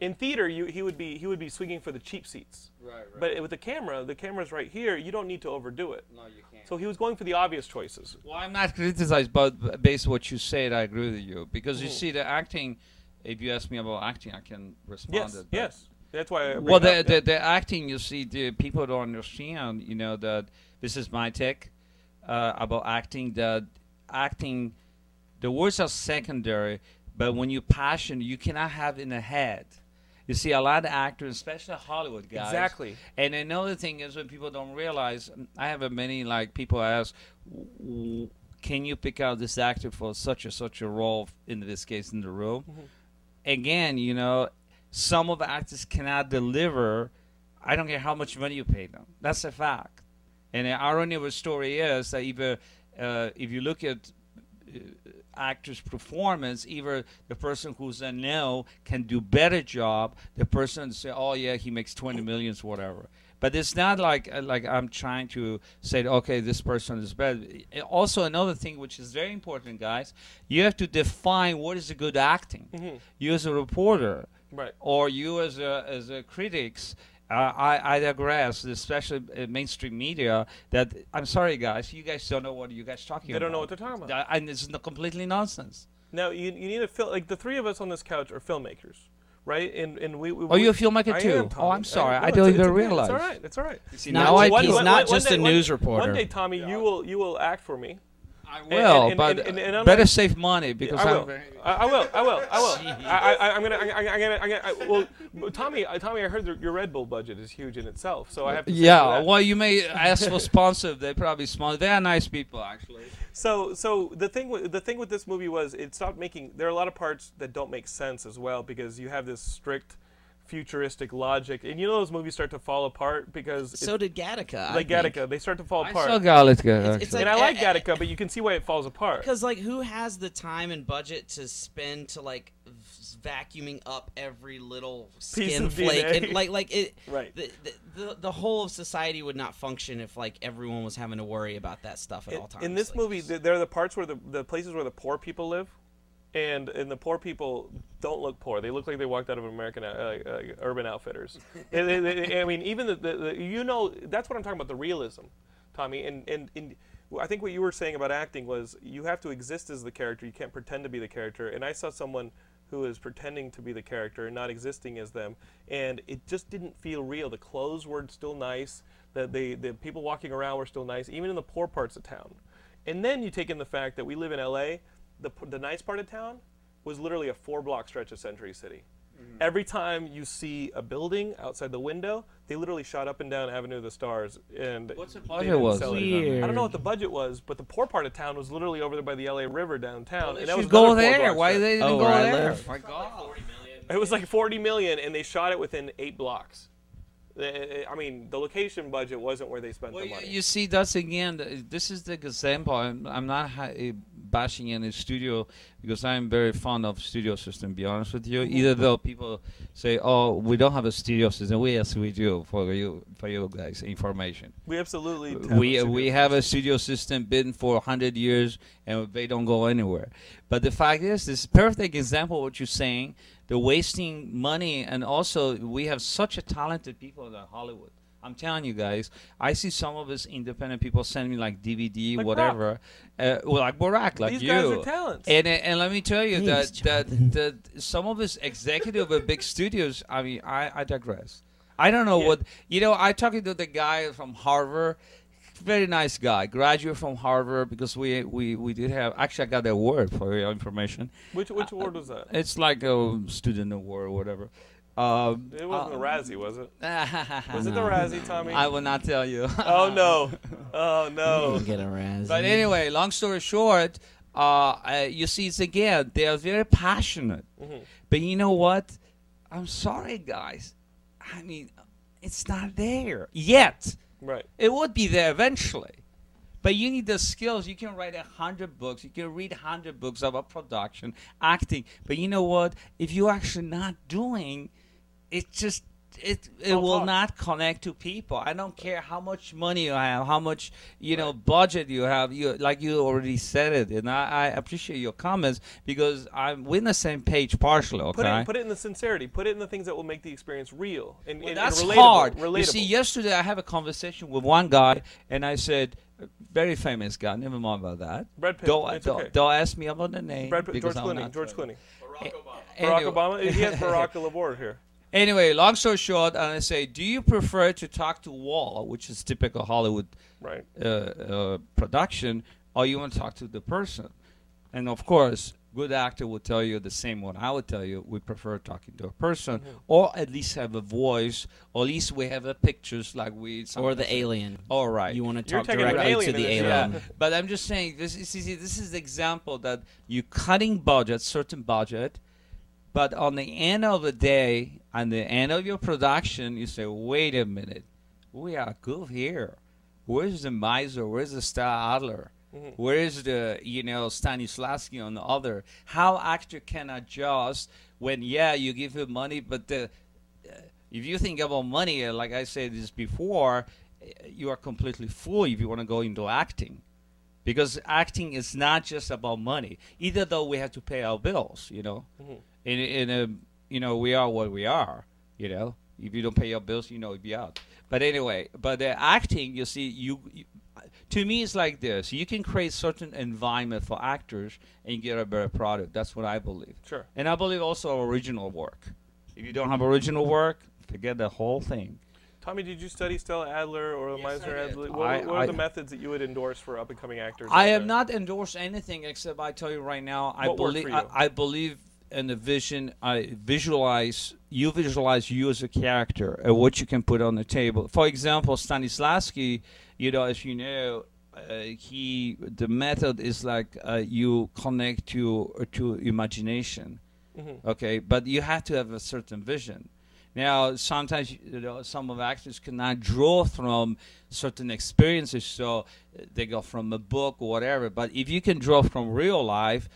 [SPEAKER 1] In theater, you he would be he would be swinging for the cheap seats. Right, right. But with the camera, the camera's right here. You don't need to overdo it. No, you can't. So he was going for the obvious choices.
[SPEAKER 3] Well, I'm not criticized, but based on what you said, I agree with you because you see the acting. If you ask me about acting, I can respond.
[SPEAKER 1] Yes,
[SPEAKER 3] it, but
[SPEAKER 1] yes. That's why. I bring
[SPEAKER 3] well,
[SPEAKER 1] it up,
[SPEAKER 3] the,
[SPEAKER 1] yeah.
[SPEAKER 3] the the acting you see, the people don't understand. You know that this is my take uh, about acting. That acting, the words are secondary, but when you passion, you cannot have in the head. You see, a lot of actors, especially Hollywood guys.
[SPEAKER 1] Exactly.
[SPEAKER 3] And another thing is what people don't realize. I have a many like people ask, "W- can you pick out this actor for such and such a role in this case in the role? again, you know, some of the actors cannot deliver. I don't care how much money you pay them. That's a fact. And the irony of the story is that either uh, if you look at uh, actors' performance, either the person who's a no can do better job. The person say, "Oh yeah, he makes twenty millions, whatever." But it's not like uh, like I'm trying to say, "Okay, this person is better." Uh, Also, another thing which is very important, guys, you have to define what is a good acting. You as a reporter,
[SPEAKER 1] Right.
[SPEAKER 3] or you as a, as a critics uh, I, I digress especially uh, mainstream media that i'm sorry guys you guys don't know what you guys talking
[SPEAKER 1] They
[SPEAKER 3] about
[SPEAKER 1] don't know what they're talking about.
[SPEAKER 3] Uh, and it's no- completely nonsense
[SPEAKER 1] Now you, you need to feel like the three of us on this couch are filmmakers, right? And and we. we
[SPEAKER 3] Oh, you're a filmmaker
[SPEAKER 1] I
[SPEAKER 3] too.
[SPEAKER 1] am,
[SPEAKER 3] Oh,
[SPEAKER 1] Tommy.
[SPEAKER 3] I'm sorry.
[SPEAKER 1] am.
[SPEAKER 3] I
[SPEAKER 1] it's-
[SPEAKER 3] don't
[SPEAKER 1] it's
[SPEAKER 3] even
[SPEAKER 1] okay.
[SPEAKER 3] realize.
[SPEAKER 1] It's all right. It's all right.
[SPEAKER 3] see,
[SPEAKER 2] Not now I-
[SPEAKER 3] I
[SPEAKER 2] one- he's one- not just a
[SPEAKER 1] one-
[SPEAKER 2] news reporter.
[SPEAKER 1] One day, Tommy, you will you will act for me.
[SPEAKER 3] will
[SPEAKER 1] and- and-
[SPEAKER 3] but
[SPEAKER 1] and- and- and I'm
[SPEAKER 3] better
[SPEAKER 1] like-
[SPEAKER 3] save money because
[SPEAKER 1] I
[SPEAKER 3] I'm
[SPEAKER 1] will.
[SPEAKER 3] very-
[SPEAKER 1] I, I will. I will. I
[SPEAKER 2] <laughs>
[SPEAKER 1] will. I, I, I'm gonna. I, I, I'm gonna. I'm gonna. I, well, Tommy. I- Tommy, I heard that your Red Bull budget is huge in itself, so I have to. say to
[SPEAKER 3] yeah
[SPEAKER 1] that.
[SPEAKER 3] well you may ask for sponsor they probably sponsor they are nice people actually
[SPEAKER 1] So, so the thing, with, the thing with this movie was it stopped making. There are a lot of parts that don't make sense as well because you have this strict, futuristic logic, and you know those movies start to fall apart because
[SPEAKER 2] So
[SPEAKER 1] it,
[SPEAKER 2] did Gattaca. I
[SPEAKER 1] like
[SPEAKER 2] think.
[SPEAKER 1] Gattaca, they start to fall
[SPEAKER 3] I
[SPEAKER 1] apart.
[SPEAKER 3] saw
[SPEAKER 2] It's-
[SPEAKER 3] Gattaca
[SPEAKER 2] it's
[SPEAKER 3] actually.
[SPEAKER 1] and I
[SPEAKER 2] Like,
[SPEAKER 1] like
[SPEAKER 2] <laughs> eh, eh,
[SPEAKER 1] Gattaca, but you can see why it falls apart.
[SPEAKER 2] Because like, who has the time and budget to spend to like v- vacuuming up every little skin
[SPEAKER 1] of
[SPEAKER 2] flake
[SPEAKER 1] DNA.
[SPEAKER 2] and like like it?
[SPEAKER 1] Right.
[SPEAKER 2] The, the, the, the whole of society would not function if like everyone was having to worry about that stuff at
[SPEAKER 1] In-
[SPEAKER 2] all times.
[SPEAKER 1] in this
[SPEAKER 2] Like,
[SPEAKER 1] movie, th- there are the parts where the, the places where the poor people live, and and the poor people don't look poor. They look like they walked out of American uh, uh, Urban Outfitters. <laughs> They- they- they- I mean, even the, the, the you know that's what I'm talking about the realism, Tommy. And and and I think what you were saying about acting was you have to exist as the character. You can't pretend to be the character. And I saw someone who is pretending to be the character and not existing as them and it just didn't feel real the clothes were still nice the, the, the people walking around were still nice even in the poor parts of town and then you take in the fact that we live in LA. The, p- the nice part of town was literally a four block stretch of Century City.
[SPEAKER 3] Mm-hmm.
[SPEAKER 1] Every time you see a building outside the window, they literally shot up and down Avenue of the Stars. And
[SPEAKER 3] What's the
[SPEAKER 1] they
[SPEAKER 3] budget
[SPEAKER 1] didn't
[SPEAKER 3] was?
[SPEAKER 1] sell it.
[SPEAKER 3] Weird.
[SPEAKER 1] I don't know what the budget was, but the poor part of town was literally over there by the LA River downtown. and that was
[SPEAKER 3] you go
[SPEAKER 1] another four
[SPEAKER 3] there
[SPEAKER 1] block
[SPEAKER 3] why
[SPEAKER 1] stretch.
[SPEAKER 3] they didn't
[SPEAKER 2] Oh,
[SPEAKER 3] go
[SPEAKER 2] where I
[SPEAKER 3] there
[SPEAKER 2] live.
[SPEAKER 3] my god
[SPEAKER 1] It was like 40 million, and they shot it within eight blocks. The- eh, I mean, the location budget wasn't where they spent
[SPEAKER 3] Well,
[SPEAKER 1] the
[SPEAKER 3] you,
[SPEAKER 1] money.
[SPEAKER 3] you see, that's again. th- This is the example. I'm, I'm not ha- eh, bashing any studio because I'm very fond of studio system. Be honest with you. Either though people say, "Oh, we don't have a studio system," we yes, we do for you for you guys information.
[SPEAKER 1] we absolutely have a
[SPEAKER 3] We
[SPEAKER 1] studio
[SPEAKER 3] we have a studio system been for hundred years and they don't go anywhere. But the fact is, this is perfect example of what you're saying. They're wasting money, and also we have such a talented people in Hollywood. I'm telling you guys, I see some of us independent people send me like DVD,
[SPEAKER 1] Like
[SPEAKER 3] whatever, uh, well, like Barack, like
[SPEAKER 1] These
[SPEAKER 3] you.
[SPEAKER 1] guys are talents.
[SPEAKER 3] And and let me tell you
[SPEAKER 2] Thanks,
[SPEAKER 3] that, that that some of his executive of big studios. I mean, I, I digress. I don't know what you know. I talking to the guy from Harvard, very nice guy, graduate from Harvard because we we, we did have actually I got that award for your information.
[SPEAKER 1] Which which award was that?
[SPEAKER 3] It's like a student award, or whatever.
[SPEAKER 1] <laughs>
[SPEAKER 3] Um,
[SPEAKER 1] It wasn't the Razzie, was it? Was
[SPEAKER 3] was
[SPEAKER 1] it the Razzie, Tommy?
[SPEAKER 3] I will not tell you. <laughs>
[SPEAKER 1] oh no! Oh no!
[SPEAKER 2] get a razz.
[SPEAKER 3] But anyway, long story short, uh, uh, you see, it's again, they are very passionate. But you know what? I'm sorry, guys. I mean, it's not there yet.
[SPEAKER 1] Right.
[SPEAKER 3] It would be there eventually. But you need the skills. You can write a hundred books. You can read hundred books about production, acting. But you know what? If you're actually not doing, it just it it will
[SPEAKER 1] talk.
[SPEAKER 3] not connect to people. I don't care how much money you have, how much you know budget you have. You like you already said it, and I, I appreciate your comments because I'm we're on the same page partially. Okay.
[SPEAKER 1] Put it put it in the sincerity. Put it in the things that will make the experience real and,
[SPEAKER 3] Well,
[SPEAKER 1] and- and
[SPEAKER 3] that's
[SPEAKER 1] relatable.
[SPEAKER 3] hard.
[SPEAKER 1] Relatable.
[SPEAKER 3] You see, yesterday I have a conversation with one guy, and I said, very famous guy. Never mind about that.
[SPEAKER 1] Brad Pitt.
[SPEAKER 3] Don't,
[SPEAKER 1] It's
[SPEAKER 3] don't,
[SPEAKER 1] okay.
[SPEAKER 3] don't ask me about the name.
[SPEAKER 1] Brad Pitt,
[SPEAKER 3] because
[SPEAKER 1] George
[SPEAKER 3] I will
[SPEAKER 1] Clooney.
[SPEAKER 3] not
[SPEAKER 1] George
[SPEAKER 3] tell you.
[SPEAKER 1] Clooney. Barack
[SPEAKER 3] A- <laughs> anyway-
[SPEAKER 1] Obama. He has Barack Labor here.
[SPEAKER 3] Anyway, long story short, and I say, do you prefer to talk to wall, which is typical Hollywood
[SPEAKER 1] Right.
[SPEAKER 3] uh, uh, production, or you want to talk to the person? And of course, good actor will tell you the same one I would tell you. We prefer talking to a person,
[SPEAKER 2] Mm-hmm.
[SPEAKER 3] or at least have a voice, or at least we have the pictures like we
[SPEAKER 2] or the
[SPEAKER 3] sometimes-
[SPEAKER 2] alien.
[SPEAKER 1] Oh,
[SPEAKER 3] All right.
[SPEAKER 2] You want to
[SPEAKER 1] You're
[SPEAKER 2] talk
[SPEAKER 1] taking an
[SPEAKER 2] directly to
[SPEAKER 1] alien
[SPEAKER 2] the
[SPEAKER 1] in this,
[SPEAKER 2] alien.
[SPEAKER 1] yeah.
[SPEAKER 3] Yeah, but I'm just saying this is you see, this is the example that you're cutting budget, certain budget, but on the end of the day, on the end of your production, you say, wait a minute, we are good here. Where's the miser? Where's the star Adler?
[SPEAKER 1] Mm-hmm.
[SPEAKER 3] Where is the you know Stanislavski on the other? How actor can adjust when yeah you give him money, but the if you think about money, uh, like I said this before, uh, you are completely fool if you want to go into acting, because acting is not just about money. Either though we have to pay our bills, you know, in in a you know we are what we are, you know. If you don't pay your bills, you know you'll be out. But anyway, but uh, acting, you see, you, you uh, to me it's like this: you can create certain environment for actors and get a better product. That's what I believe.
[SPEAKER 1] Sure.
[SPEAKER 3] And I believe also original work. If you don't have original work, forget the whole thing.
[SPEAKER 1] Tommy, did you study Stella Adler or
[SPEAKER 3] Yes, I
[SPEAKER 1] Meisner
[SPEAKER 3] did.
[SPEAKER 1] Adler? What,
[SPEAKER 3] I-
[SPEAKER 1] what are
[SPEAKER 3] I-
[SPEAKER 1] the methods that you would endorse for up and coming actors?
[SPEAKER 3] I
[SPEAKER 1] out
[SPEAKER 3] have
[SPEAKER 1] there?
[SPEAKER 3] not endorsed anything except I tell you right now. I
[SPEAKER 1] What worked
[SPEAKER 3] believe
[SPEAKER 1] for
[SPEAKER 3] I,
[SPEAKER 1] you?
[SPEAKER 3] I believe in the vision. I visualize you visualize you as a character and what you can put on the table. For example, Stanislavski, you know, as you know. Uh, he the method is like uh, you connect to to imagination okay but you have to have a certain vision now sometimes you know some of actors cannot draw from certain experiences so uh, they go from a book or whatever but if you can draw from real life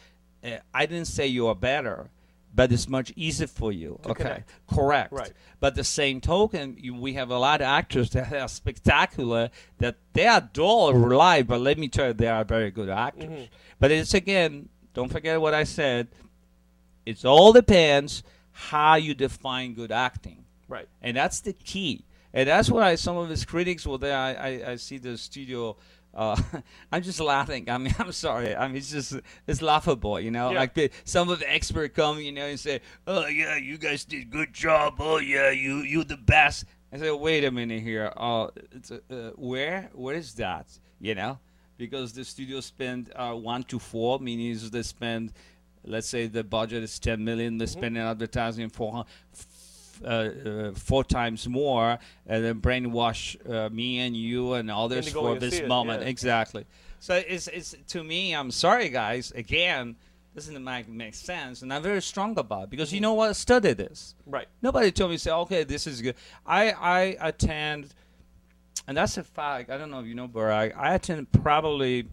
[SPEAKER 3] uh, i didn't say you are better but it's much easier for you okay
[SPEAKER 1] connect.
[SPEAKER 3] correct
[SPEAKER 1] Right.
[SPEAKER 3] but the same token you, we have a lot of actors <laughs> that are spectacular that they are dull or live but let me tell you they are very good actors
[SPEAKER 1] Mm-hmm.
[SPEAKER 3] but it's again don't forget what i said it all depends how you define good acting
[SPEAKER 1] Right.
[SPEAKER 3] and that's the key and that's why some of his critics well there I, I, I see the studio uh, <laughs> I'm just laughing. I mean, <laughs> I'm sorry. I mean, it's just it's laughable, you know.
[SPEAKER 1] Yeah.
[SPEAKER 3] Like the, some of the experts come, you know, and say, "Oh yeah, you guys did good job. Oh yeah, you you the best." I say, "Wait a minute here. Uh, it's, uh, uh, where where is that? You know, because the studio spend uh, one to four, meaning is they spend, let's say the budget is ten million, they spend in advertising four hundred." uh, uh, four times more and then brainwash uh, me and you and others
[SPEAKER 1] Into going
[SPEAKER 3] for
[SPEAKER 1] to see
[SPEAKER 3] this
[SPEAKER 1] it,
[SPEAKER 3] moment.
[SPEAKER 1] yeah.
[SPEAKER 3] Exactly. So it's it's to me. I'm sorry, guys. Again, this doesn't make, make sense, and I'm very strong about it because you know what? I studied this.
[SPEAKER 1] Mm-hmm. Right.
[SPEAKER 3] Nobody told me say, okay, this is good. I I attend, and that's a fact. I don't know if you know, Barack. I attend probably,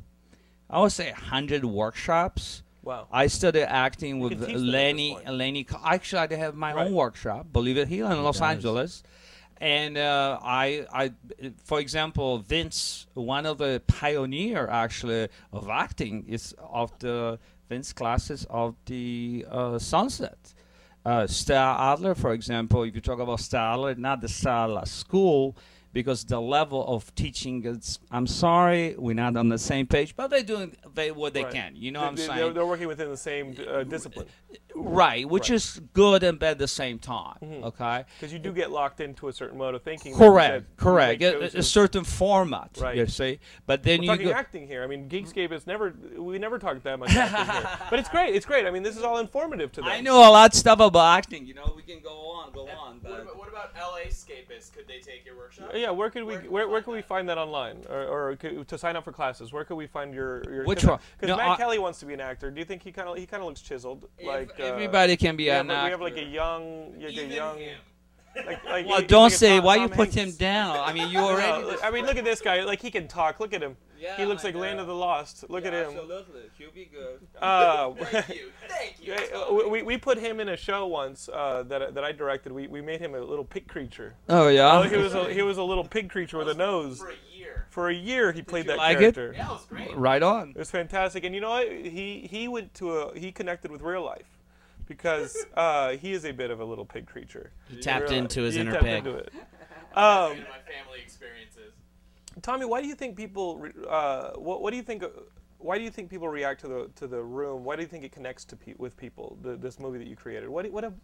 [SPEAKER 3] I would say, hundred workshops.
[SPEAKER 1] Wow.
[SPEAKER 3] I studied acting with
[SPEAKER 1] can teach them at this
[SPEAKER 3] Lenny
[SPEAKER 1] point.
[SPEAKER 3] Lenny. Co- Actually, I did have my
[SPEAKER 1] Right.
[SPEAKER 3] own workshop. Believe it, here in Los Angeles, and uh, I, I, for example, Vince, one of the pioneer actually of acting, is of the Vince classes of the uh, Sunset. Uh, Star Adler, for example, if you talk about Star Adler, not the Star Adler School. Because the level of teaching, is, I'm sorry, we're not on the same page, but they're doing they, what they
[SPEAKER 1] Right.
[SPEAKER 3] can. You know
[SPEAKER 1] They-
[SPEAKER 3] what I'm
[SPEAKER 1] they-
[SPEAKER 3] saying?
[SPEAKER 1] They're, they're working within the same uh, discipline
[SPEAKER 3] Right, which is good and bad at the same time. Okay.
[SPEAKER 1] because you do get locked into a certain mode of thinking. like Mm-hmm. you
[SPEAKER 3] Correct.
[SPEAKER 1] said, you
[SPEAKER 3] correct.
[SPEAKER 1] make
[SPEAKER 3] A- A, a
[SPEAKER 1] choices.
[SPEAKER 3] certain format.
[SPEAKER 1] Right.
[SPEAKER 3] You see, but then
[SPEAKER 1] We're
[SPEAKER 3] you
[SPEAKER 1] talking
[SPEAKER 3] go.
[SPEAKER 1] acting here. I mean, Geekscape is never we never talked that much acting here,
[SPEAKER 3] <laughs>
[SPEAKER 1] but it's great. It's great. I mean, this is all informative to them.
[SPEAKER 3] I know a lot of stuff about acting. You know, we can go on, go on.
[SPEAKER 4] What
[SPEAKER 3] But
[SPEAKER 4] about, what about LA scapists? Could they take your workshop?
[SPEAKER 1] Yeah, where could we
[SPEAKER 4] Where can we
[SPEAKER 1] where, where
[SPEAKER 4] find
[SPEAKER 1] can we
[SPEAKER 4] that?
[SPEAKER 1] find that online or, or could, to sign up for classes? Where could we find your, your
[SPEAKER 3] Which one?
[SPEAKER 1] Because
[SPEAKER 3] No,
[SPEAKER 1] Matt
[SPEAKER 3] I-
[SPEAKER 1] Kelly wants to be an actor. Do you think he kind of he kind of looks chiseled? like uh,
[SPEAKER 3] everybody can be
[SPEAKER 1] we have,
[SPEAKER 3] an
[SPEAKER 1] like-
[SPEAKER 3] actor.
[SPEAKER 1] We have like a young, like
[SPEAKER 4] Even
[SPEAKER 1] a young.
[SPEAKER 4] him.
[SPEAKER 1] Like,
[SPEAKER 3] <laughs>
[SPEAKER 1] like
[SPEAKER 3] well,
[SPEAKER 1] you-
[SPEAKER 3] don't
[SPEAKER 1] look at
[SPEAKER 3] say
[SPEAKER 1] Tom-
[SPEAKER 3] why
[SPEAKER 1] Tom
[SPEAKER 3] you put him
[SPEAKER 1] Hanks.
[SPEAKER 3] down. I mean, you
[SPEAKER 1] <laughs> No,
[SPEAKER 3] <laughs> already.
[SPEAKER 1] look- I mean, look at this guy. Like he can talk. Look at him. he
[SPEAKER 3] Yeah,
[SPEAKER 1] looks
[SPEAKER 3] I
[SPEAKER 1] like Land
[SPEAKER 3] know.
[SPEAKER 1] of the Lost. Look at him.
[SPEAKER 3] Absolutely, he'll be good.
[SPEAKER 1] Uh,
[SPEAKER 4] Thank you. Thank
[SPEAKER 1] <laughs>
[SPEAKER 4] you.
[SPEAKER 1] Yeah, uh, we, we- we put him in a show once uh, that, that I directed. We, we made him a little pig creature.
[SPEAKER 3] Oh yeah.
[SPEAKER 1] Oh, he was a, he was a little pig creature with a nose.
[SPEAKER 4] For a year.
[SPEAKER 1] For a year, he played
[SPEAKER 3] you
[SPEAKER 1] that
[SPEAKER 3] like it?
[SPEAKER 1] character.
[SPEAKER 4] That was great.
[SPEAKER 3] right on.
[SPEAKER 1] It was fantastic, and you know what? He he went to a he connected with real life because uh, he is a bit of a little pig creature. He
[SPEAKER 2] tapped into his
[SPEAKER 1] he
[SPEAKER 2] inner
[SPEAKER 1] tapped
[SPEAKER 2] pig.
[SPEAKER 1] into it. Um,
[SPEAKER 4] In my family experiences.
[SPEAKER 1] Tommy, why do you think people? re- Uh, what what do you think? uh, Why do you think people react to the to the room? Why do you think it connects to pe- with people? The, this movie that you created. What do- what ab-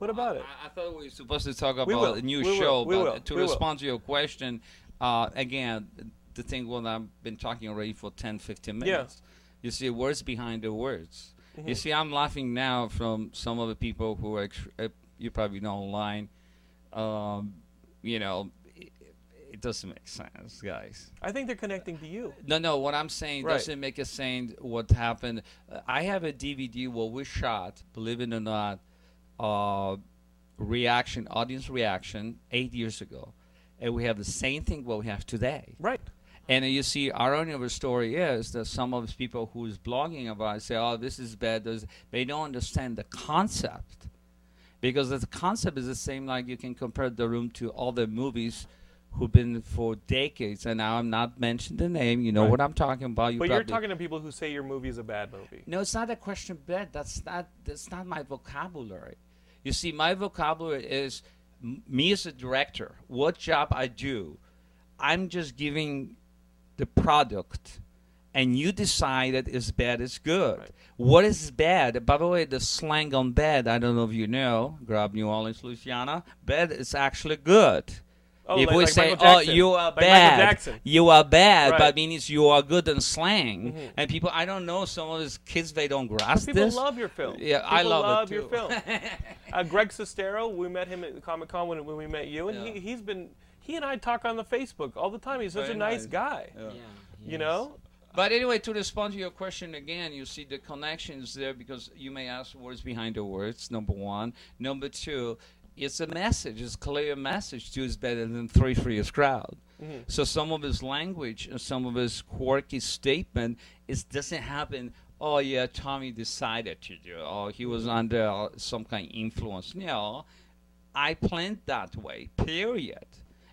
[SPEAKER 1] What about it?
[SPEAKER 3] Uh, I, I thought we were supposed to talk about
[SPEAKER 1] We will.
[SPEAKER 3] a new
[SPEAKER 1] We will.
[SPEAKER 3] show,
[SPEAKER 1] We
[SPEAKER 3] but
[SPEAKER 1] will.
[SPEAKER 3] to
[SPEAKER 1] We will.
[SPEAKER 3] respond to your question, uh, again, the thing well, I've been talking already for 10, 15 minutes. You see, words behind the words.
[SPEAKER 1] Mm-hmm.
[SPEAKER 3] You see, I'm laughing now from some of the people who are, ex- uh, you probably know online. Um, you know, it, it doesn't make sense, guys.
[SPEAKER 1] I think they're connecting to you.
[SPEAKER 3] No, no. What I'm saying
[SPEAKER 1] Right.
[SPEAKER 3] doesn't make a sense. What happened? Uh, I have a DVD where we shot, believe it or not, uh, reaction, audience reaction, eight years ago, and we have the same thing what we have today.
[SPEAKER 1] Right.
[SPEAKER 3] And you see, irony of the story is that some of these people who's blogging about it say, "Oh, this is bad." This, they don't understand the concept, because the concept is the same. Like you can compare the room to all the movies who've been for decades. And now I'm not mentioning the name. You know what I'm talking about. You
[SPEAKER 1] But you're
[SPEAKER 3] probably-
[SPEAKER 1] talking to people who say your movie is a bad movie.
[SPEAKER 3] no, it's not a question bad. That's not that's not my vocabulary. You see, my vocabulary is m- me as a director. What job I do, I'm just giving the product, and you decide that is bad is good. What is bad? By the way, the slang on bad. I don't know if you know. Grab New Orleans, Louisiana. Bad is actually good.
[SPEAKER 1] Oh,
[SPEAKER 3] if
[SPEAKER 1] like-
[SPEAKER 3] we
[SPEAKER 1] like
[SPEAKER 3] say,
[SPEAKER 1] Michael
[SPEAKER 3] "Oh,
[SPEAKER 1] Jackson.
[SPEAKER 3] you are
[SPEAKER 1] Like Michael
[SPEAKER 3] bad,"
[SPEAKER 1] Jackson.
[SPEAKER 3] you are bad,
[SPEAKER 1] Right. Mm-hmm.
[SPEAKER 3] but means you are good in slang. And people, I don't know, some of these kids they don't grasp
[SPEAKER 1] People
[SPEAKER 3] this.
[SPEAKER 1] love your film.
[SPEAKER 3] Yeah,
[SPEAKER 1] People
[SPEAKER 3] I love, it
[SPEAKER 1] your
[SPEAKER 3] too. <laughs>
[SPEAKER 1] film. uh, Greg Sestero, we met him at Comic Con when, when we met you, and he, he's been he and I talk on the Facebook all the time. He's such
[SPEAKER 3] Very
[SPEAKER 1] a nice,
[SPEAKER 3] nice.
[SPEAKER 1] guy.
[SPEAKER 2] Yeah.
[SPEAKER 1] You know,
[SPEAKER 3] But anyway, to respond to your question again, you see the connections there because you may ask words behind the words, number one. Number two, it's a message. It's clear message. Two is better than three, three is crowd. So some of his language and some of his quirky statement is doesn't happen. Oh yeah, Tommy decided to do. it. Oh, he was under some kind of influence. No, I planned that way, period.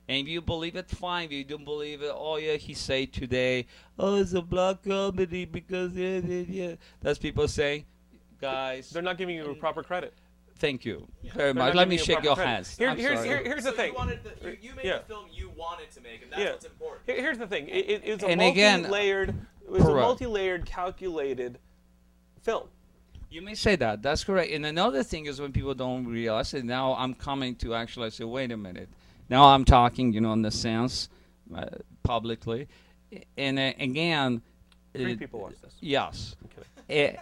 [SPEAKER 3] And if you believe it, fine. If you don't believe it, oh yeah, he say today, oh it's a black comedy because yeah, yeah, yeah. That's people saying, guys,
[SPEAKER 1] they're not giving you proper credit.
[SPEAKER 3] thank you very
[SPEAKER 1] They're
[SPEAKER 3] much.
[SPEAKER 1] not
[SPEAKER 3] Let
[SPEAKER 1] giving
[SPEAKER 3] me
[SPEAKER 1] you
[SPEAKER 3] shake
[SPEAKER 1] proper
[SPEAKER 3] your
[SPEAKER 1] credit.
[SPEAKER 3] hands.
[SPEAKER 1] Here-
[SPEAKER 3] I'm
[SPEAKER 1] here's
[SPEAKER 3] sorry.
[SPEAKER 1] here- here's the
[SPEAKER 4] So
[SPEAKER 1] thing.
[SPEAKER 4] You, wanted the, you, you made
[SPEAKER 1] Yeah.
[SPEAKER 4] the film you wanted to make, and that's what's important.
[SPEAKER 1] Here- Here's the thing. It, it, it's a
[SPEAKER 3] And again-
[SPEAKER 1] multi-layered, it's a
[SPEAKER 3] Correct.
[SPEAKER 1] multi-layered, calculated film.
[SPEAKER 3] You may say that. That's correct. And another thing is when people don't realize it. Now I'm coming to actually say, wait a minute. Now I'm talking, you know, in the sense, uh, publicly, and uh, again,
[SPEAKER 1] Three
[SPEAKER 3] it-
[SPEAKER 1] people watch this.
[SPEAKER 3] Yes. Eh,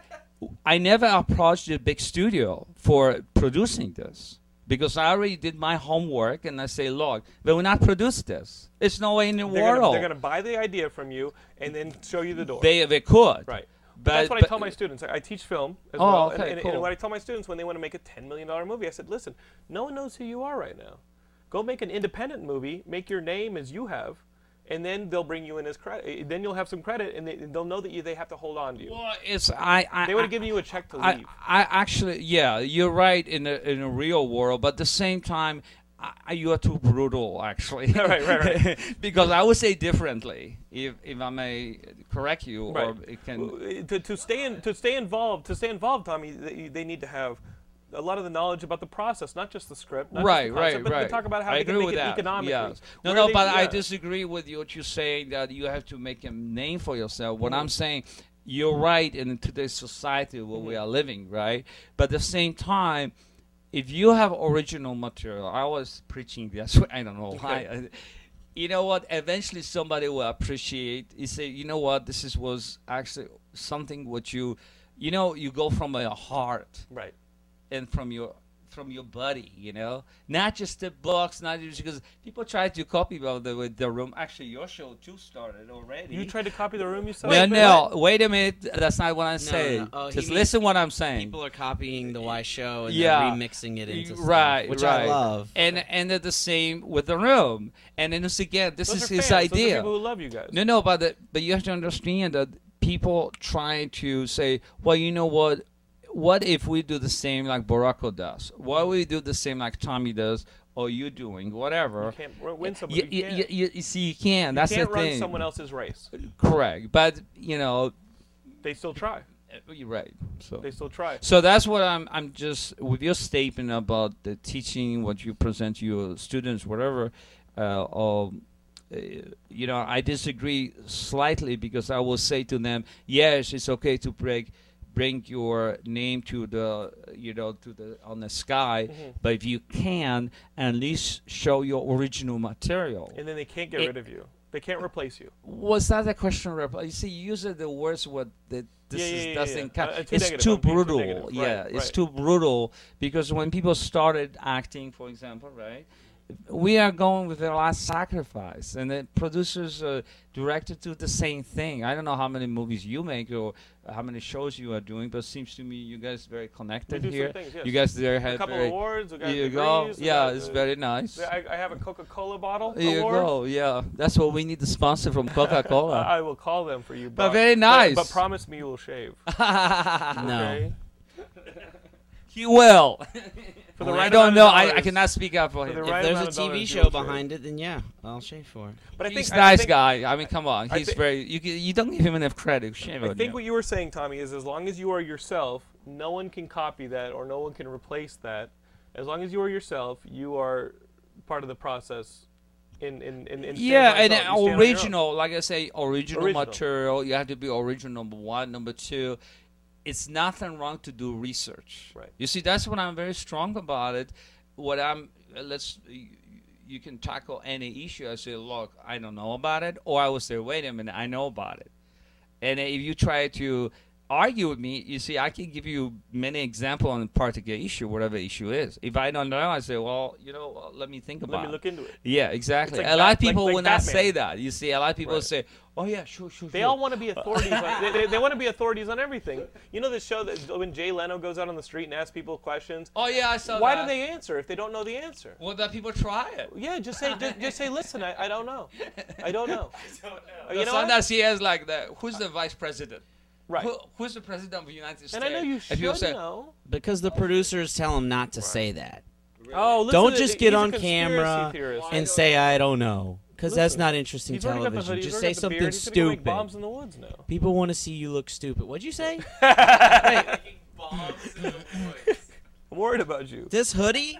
[SPEAKER 3] I never approached a big studio for producing this because I already did my homework and I say, look, they will not produce this. It's no way in the
[SPEAKER 1] They're gonna,
[SPEAKER 3] world.
[SPEAKER 1] they're gonna buy the idea from you and then show you the door.
[SPEAKER 3] they, they could.
[SPEAKER 1] Right. But,
[SPEAKER 3] But,
[SPEAKER 1] that's what I
[SPEAKER 3] but-
[SPEAKER 1] tell my students. I, I teach film as
[SPEAKER 3] Oh,
[SPEAKER 1] well. and,
[SPEAKER 3] okay,
[SPEAKER 1] and,
[SPEAKER 3] cool.
[SPEAKER 1] and what I tell my students when they want to make a $10 million movie, I said, listen, no one knows who you are right now. Go make an independent movie, make your name as you have, and then they'll bring you in as credit. Then you'll have some credit, and they, they'll know that you, they have to hold on to you.
[SPEAKER 3] Well, it's I. I
[SPEAKER 1] They would have given you a check to
[SPEAKER 3] I,
[SPEAKER 1] leave.
[SPEAKER 3] I actually, yeah, you're right in the in the real world, but at the same time, I, I- you are too brutal,
[SPEAKER 1] <laughs>
[SPEAKER 3] actually.
[SPEAKER 1] Right, right,
[SPEAKER 3] <laughs> because I would say differently, if if I may correct you, or
[SPEAKER 1] Right.
[SPEAKER 3] it can.
[SPEAKER 1] W- uh, to, to stay in, to stay involved to stay involved, Tommy, they, they need to have a lot of the knowledge about the process, not just the script, not
[SPEAKER 3] right,
[SPEAKER 1] just the concept,
[SPEAKER 3] right,
[SPEAKER 1] but
[SPEAKER 3] right.
[SPEAKER 1] they talk about how
[SPEAKER 3] I
[SPEAKER 1] they
[SPEAKER 3] agree
[SPEAKER 1] can make
[SPEAKER 3] with
[SPEAKER 1] it
[SPEAKER 3] that.
[SPEAKER 1] economically.
[SPEAKER 3] Yes. No,
[SPEAKER 1] Where
[SPEAKER 3] no,
[SPEAKER 1] they-
[SPEAKER 3] but I
[SPEAKER 1] yeah.
[SPEAKER 3] disagree with you. What you're saying that you have to make a name for yourself. What
[SPEAKER 1] Mm-hmm.
[SPEAKER 3] I'm saying, you're right in today's society where we
[SPEAKER 1] Mm-hmm.
[SPEAKER 3] are living, right? But at the same time, if you have original material, I was preaching this. <laughs> I don't know why. I- you know what? Eventually, somebody will appreciate. You say, you know what? This is was actually something what you, you know, you go from a heart
[SPEAKER 1] Right.
[SPEAKER 3] and from your from your buddy, you know, not just the books, not just because people try to copy about the with the room. Actually, your show too started already.
[SPEAKER 1] You tried to copy the room you saw?
[SPEAKER 3] no, no, wait a minute. That's not what I'm
[SPEAKER 2] no,
[SPEAKER 3] saying.
[SPEAKER 2] no. Oh, he
[SPEAKER 3] just
[SPEAKER 2] means
[SPEAKER 3] listen what I'm saying.
[SPEAKER 2] People are copying the Y show and
[SPEAKER 3] Yeah.
[SPEAKER 2] they're remixing it into stuff,
[SPEAKER 3] right,
[SPEAKER 2] which
[SPEAKER 3] right.
[SPEAKER 2] I love.
[SPEAKER 3] And and they're the same with the room. And then it's again, this
[SPEAKER 1] Those
[SPEAKER 3] is
[SPEAKER 1] are
[SPEAKER 3] his
[SPEAKER 1] fans. Those are
[SPEAKER 3] idea.
[SPEAKER 1] people who love you guys.
[SPEAKER 3] No, no, but the, but you have to understand that people trying to say, well, you know what? What if we do the same like Baracko does? What we do the same like Tommy does, or you doing whatever? You
[SPEAKER 1] can't w- win somebody.
[SPEAKER 3] You,
[SPEAKER 1] You can't.
[SPEAKER 3] you- you see, you can. That's
[SPEAKER 1] can't
[SPEAKER 3] the
[SPEAKER 1] run
[SPEAKER 3] thing.
[SPEAKER 1] someone else's race.
[SPEAKER 3] Correct, but you know,
[SPEAKER 1] They still try.
[SPEAKER 3] you're right. So.
[SPEAKER 1] They still try.
[SPEAKER 3] So that's what I'm. I'm just with your statement about the teaching, what you present to your students, whatever. Uh, or, uh, you know, I disagree slightly because I will say to them, yes, it's okay to break bring your name to the you know to the on the sky, but if you can, at least show your original material.
[SPEAKER 1] and then they can't get
[SPEAKER 3] It-
[SPEAKER 1] rid of you. They can't replace you.
[SPEAKER 3] Was that a question? Rep- You see, you use the words what that this
[SPEAKER 1] Yeah, yeah,
[SPEAKER 3] is
[SPEAKER 1] yeah,
[SPEAKER 3] doesn't
[SPEAKER 1] yeah.
[SPEAKER 3] count.
[SPEAKER 1] Uh, too
[SPEAKER 3] it's
[SPEAKER 1] negative.
[SPEAKER 3] too
[SPEAKER 1] I'm being too
[SPEAKER 3] brutal.
[SPEAKER 1] negative. Right,
[SPEAKER 3] yeah, it's
[SPEAKER 1] right.
[SPEAKER 3] too brutal because when people started acting, for example, right, we are going with the last sacrifice, and the producers uh, directed to the same thing. I don't know how many movies you make or how many shows you are doing, but it seems to me you guys very connected
[SPEAKER 1] do some
[SPEAKER 3] here.
[SPEAKER 1] things,
[SPEAKER 3] You
[SPEAKER 1] yes.
[SPEAKER 3] guys there had
[SPEAKER 1] couple
[SPEAKER 3] very,
[SPEAKER 1] awards, we got
[SPEAKER 3] you go.
[SPEAKER 1] degrees, we
[SPEAKER 3] Yeah,
[SPEAKER 1] got
[SPEAKER 3] it's
[SPEAKER 1] the-
[SPEAKER 3] very nice.
[SPEAKER 1] I, I have a Coca-Cola bottle
[SPEAKER 3] There you
[SPEAKER 1] award.
[SPEAKER 3] go. Yeah, that's what we need. The sponsor from Coca
[SPEAKER 1] I, <laughs>
[SPEAKER 3] Cola.
[SPEAKER 1] I will call them for you.
[SPEAKER 3] But
[SPEAKER 1] Buck.
[SPEAKER 3] very nice.
[SPEAKER 1] But, promise me you will shave.
[SPEAKER 2] No.
[SPEAKER 1] Okay?
[SPEAKER 3] he will.
[SPEAKER 1] For the
[SPEAKER 3] I
[SPEAKER 1] right amount
[SPEAKER 3] don't
[SPEAKER 1] of
[SPEAKER 3] know. I, I
[SPEAKER 1] dollars.
[SPEAKER 3] cannot speak up for
[SPEAKER 1] For
[SPEAKER 3] him.
[SPEAKER 1] the
[SPEAKER 3] If
[SPEAKER 1] right
[SPEAKER 3] there's-
[SPEAKER 1] amount
[SPEAKER 2] If there's
[SPEAKER 1] of
[SPEAKER 2] a TV
[SPEAKER 1] dollars,
[SPEAKER 2] show
[SPEAKER 1] you'll shave.
[SPEAKER 2] behind it, then yeah, I'll shave for it.
[SPEAKER 1] But I think
[SPEAKER 3] he's
[SPEAKER 1] I- I
[SPEAKER 3] nice
[SPEAKER 1] think-
[SPEAKER 3] guy. I mean, come on. He's
[SPEAKER 1] thi-
[SPEAKER 3] very. You can- you don't give him enough credit. Shame
[SPEAKER 1] I
[SPEAKER 3] on
[SPEAKER 1] think
[SPEAKER 3] you.
[SPEAKER 1] what you were saying, Tommy, is as long as you are yourself, no one can copy that or no one can replace that. As long as you are yourself, you are part of the process. In in in, in
[SPEAKER 3] yeah,
[SPEAKER 1] stand
[SPEAKER 3] and
[SPEAKER 1] by yourself. You stand
[SPEAKER 3] uh,
[SPEAKER 1] on your own.
[SPEAKER 3] original, like I say, original,
[SPEAKER 1] Original.
[SPEAKER 3] material. You have to be original. Number one, number two, it's nothing wrong to do research.
[SPEAKER 1] Right.
[SPEAKER 3] You see, that's what I'm very strong about it. What I'm uh, let's you, you can tackle any issue. I say, look, I don't know about it, or I will say, wait a minute, I know about it. And if you try to argue with me, you see, I can give you many examples on a particular issue, whatever issue is. If I don't know, I say, well, you know, well, let me think about
[SPEAKER 1] Let me
[SPEAKER 3] it.
[SPEAKER 1] look into it.
[SPEAKER 3] Yeah, exactly.
[SPEAKER 1] like
[SPEAKER 3] a lot of
[SPEAKER 1] Bat- like-
[SPEAKER 3] people
[SPEAKER 1] like
[SPEAKER 3] will not
[SPEAKER 1] Batman.
[SPEAKER 3] say that. You see, a lot of people
[SPEAKER 1] Right.
[SPEAKER 3] say, "Oh yeah, sure, sure."
[SPEAKER 1] They all want to be authorities. on, they, they, they want to be authorities on everything. You know the show that when Jay Leno goes out on the street and asks people questions.
[SPEAKER 3] Oh yeah, I saw
[SPEAKER 1] Why
[SPEAKER 3] that.
[SPEAKER 1] do they answer if they don't know the answer?
[SPEAKER 3] Well, that people try it.
[SPEAKER 1] Yeah, just say just, just say. Listen, I, I don't know. I don't
[SPEAKER 3] <laughs>
[SPEAKER 1] know. Uh, You know what?
[SPEAKER 3] Sometimes he has like that. Who's the vice president?
[SPEAKER 1] Right.
[SPEAKER 3] Who, who's the president of the United States?
[SPEAKER 1] And I know you
[SPEAKER 3] And
[SPEAKER 1] should
[SPEAKER 3] people say,
[SPEAKER 1] know.
[SPEAKER 2] Because the producers tell him not to say that.
[SPEAKER 1] Oh, listen
[SPEAKER 2] Don't
[SPEAKER 1] to-
[SPEAKER 2] just
[SPEAKER 1] he's
[SPEAKER 2] get
[SPEAKER 1] a
[SPEAKER 2] on
[SPEAKER 1] conspiracy
[SPEAKER 2] camera
[SPEAKER 1] theorist.
[SPEAKER 2] and say I don't know, because that's
[SPEAKER 1] Listen,
[SPEAKER 2] not interesting
[SPEAKER 1] He's already got the
[SPEAKER 2] television.
[SPEAKER 1] hoodie.
[SPEAKER 2] Just
[SPEAKER 1] he's
[SPEAKER 2] say
[SPEAKER 1] already got the
[SPEAKER 2] something
[SPEAKER 1] beard, he's gonna go
[SPEAKER 2] stupid.
[SPEAKER 1] Make bombs in the woods now.
[SPEAKER 2] People want to see you look stupid. What'd
[SPEAKER 1] <laughs>
[SPEAKER 2] you say?
[SPEAKER 4] Bombs in the woods.
[SPEAKER 1] I'm worried about
[SPEAKER 2] <laughs>
[SPEAKER 1] you.
[SPEAKER 2] this hoodie?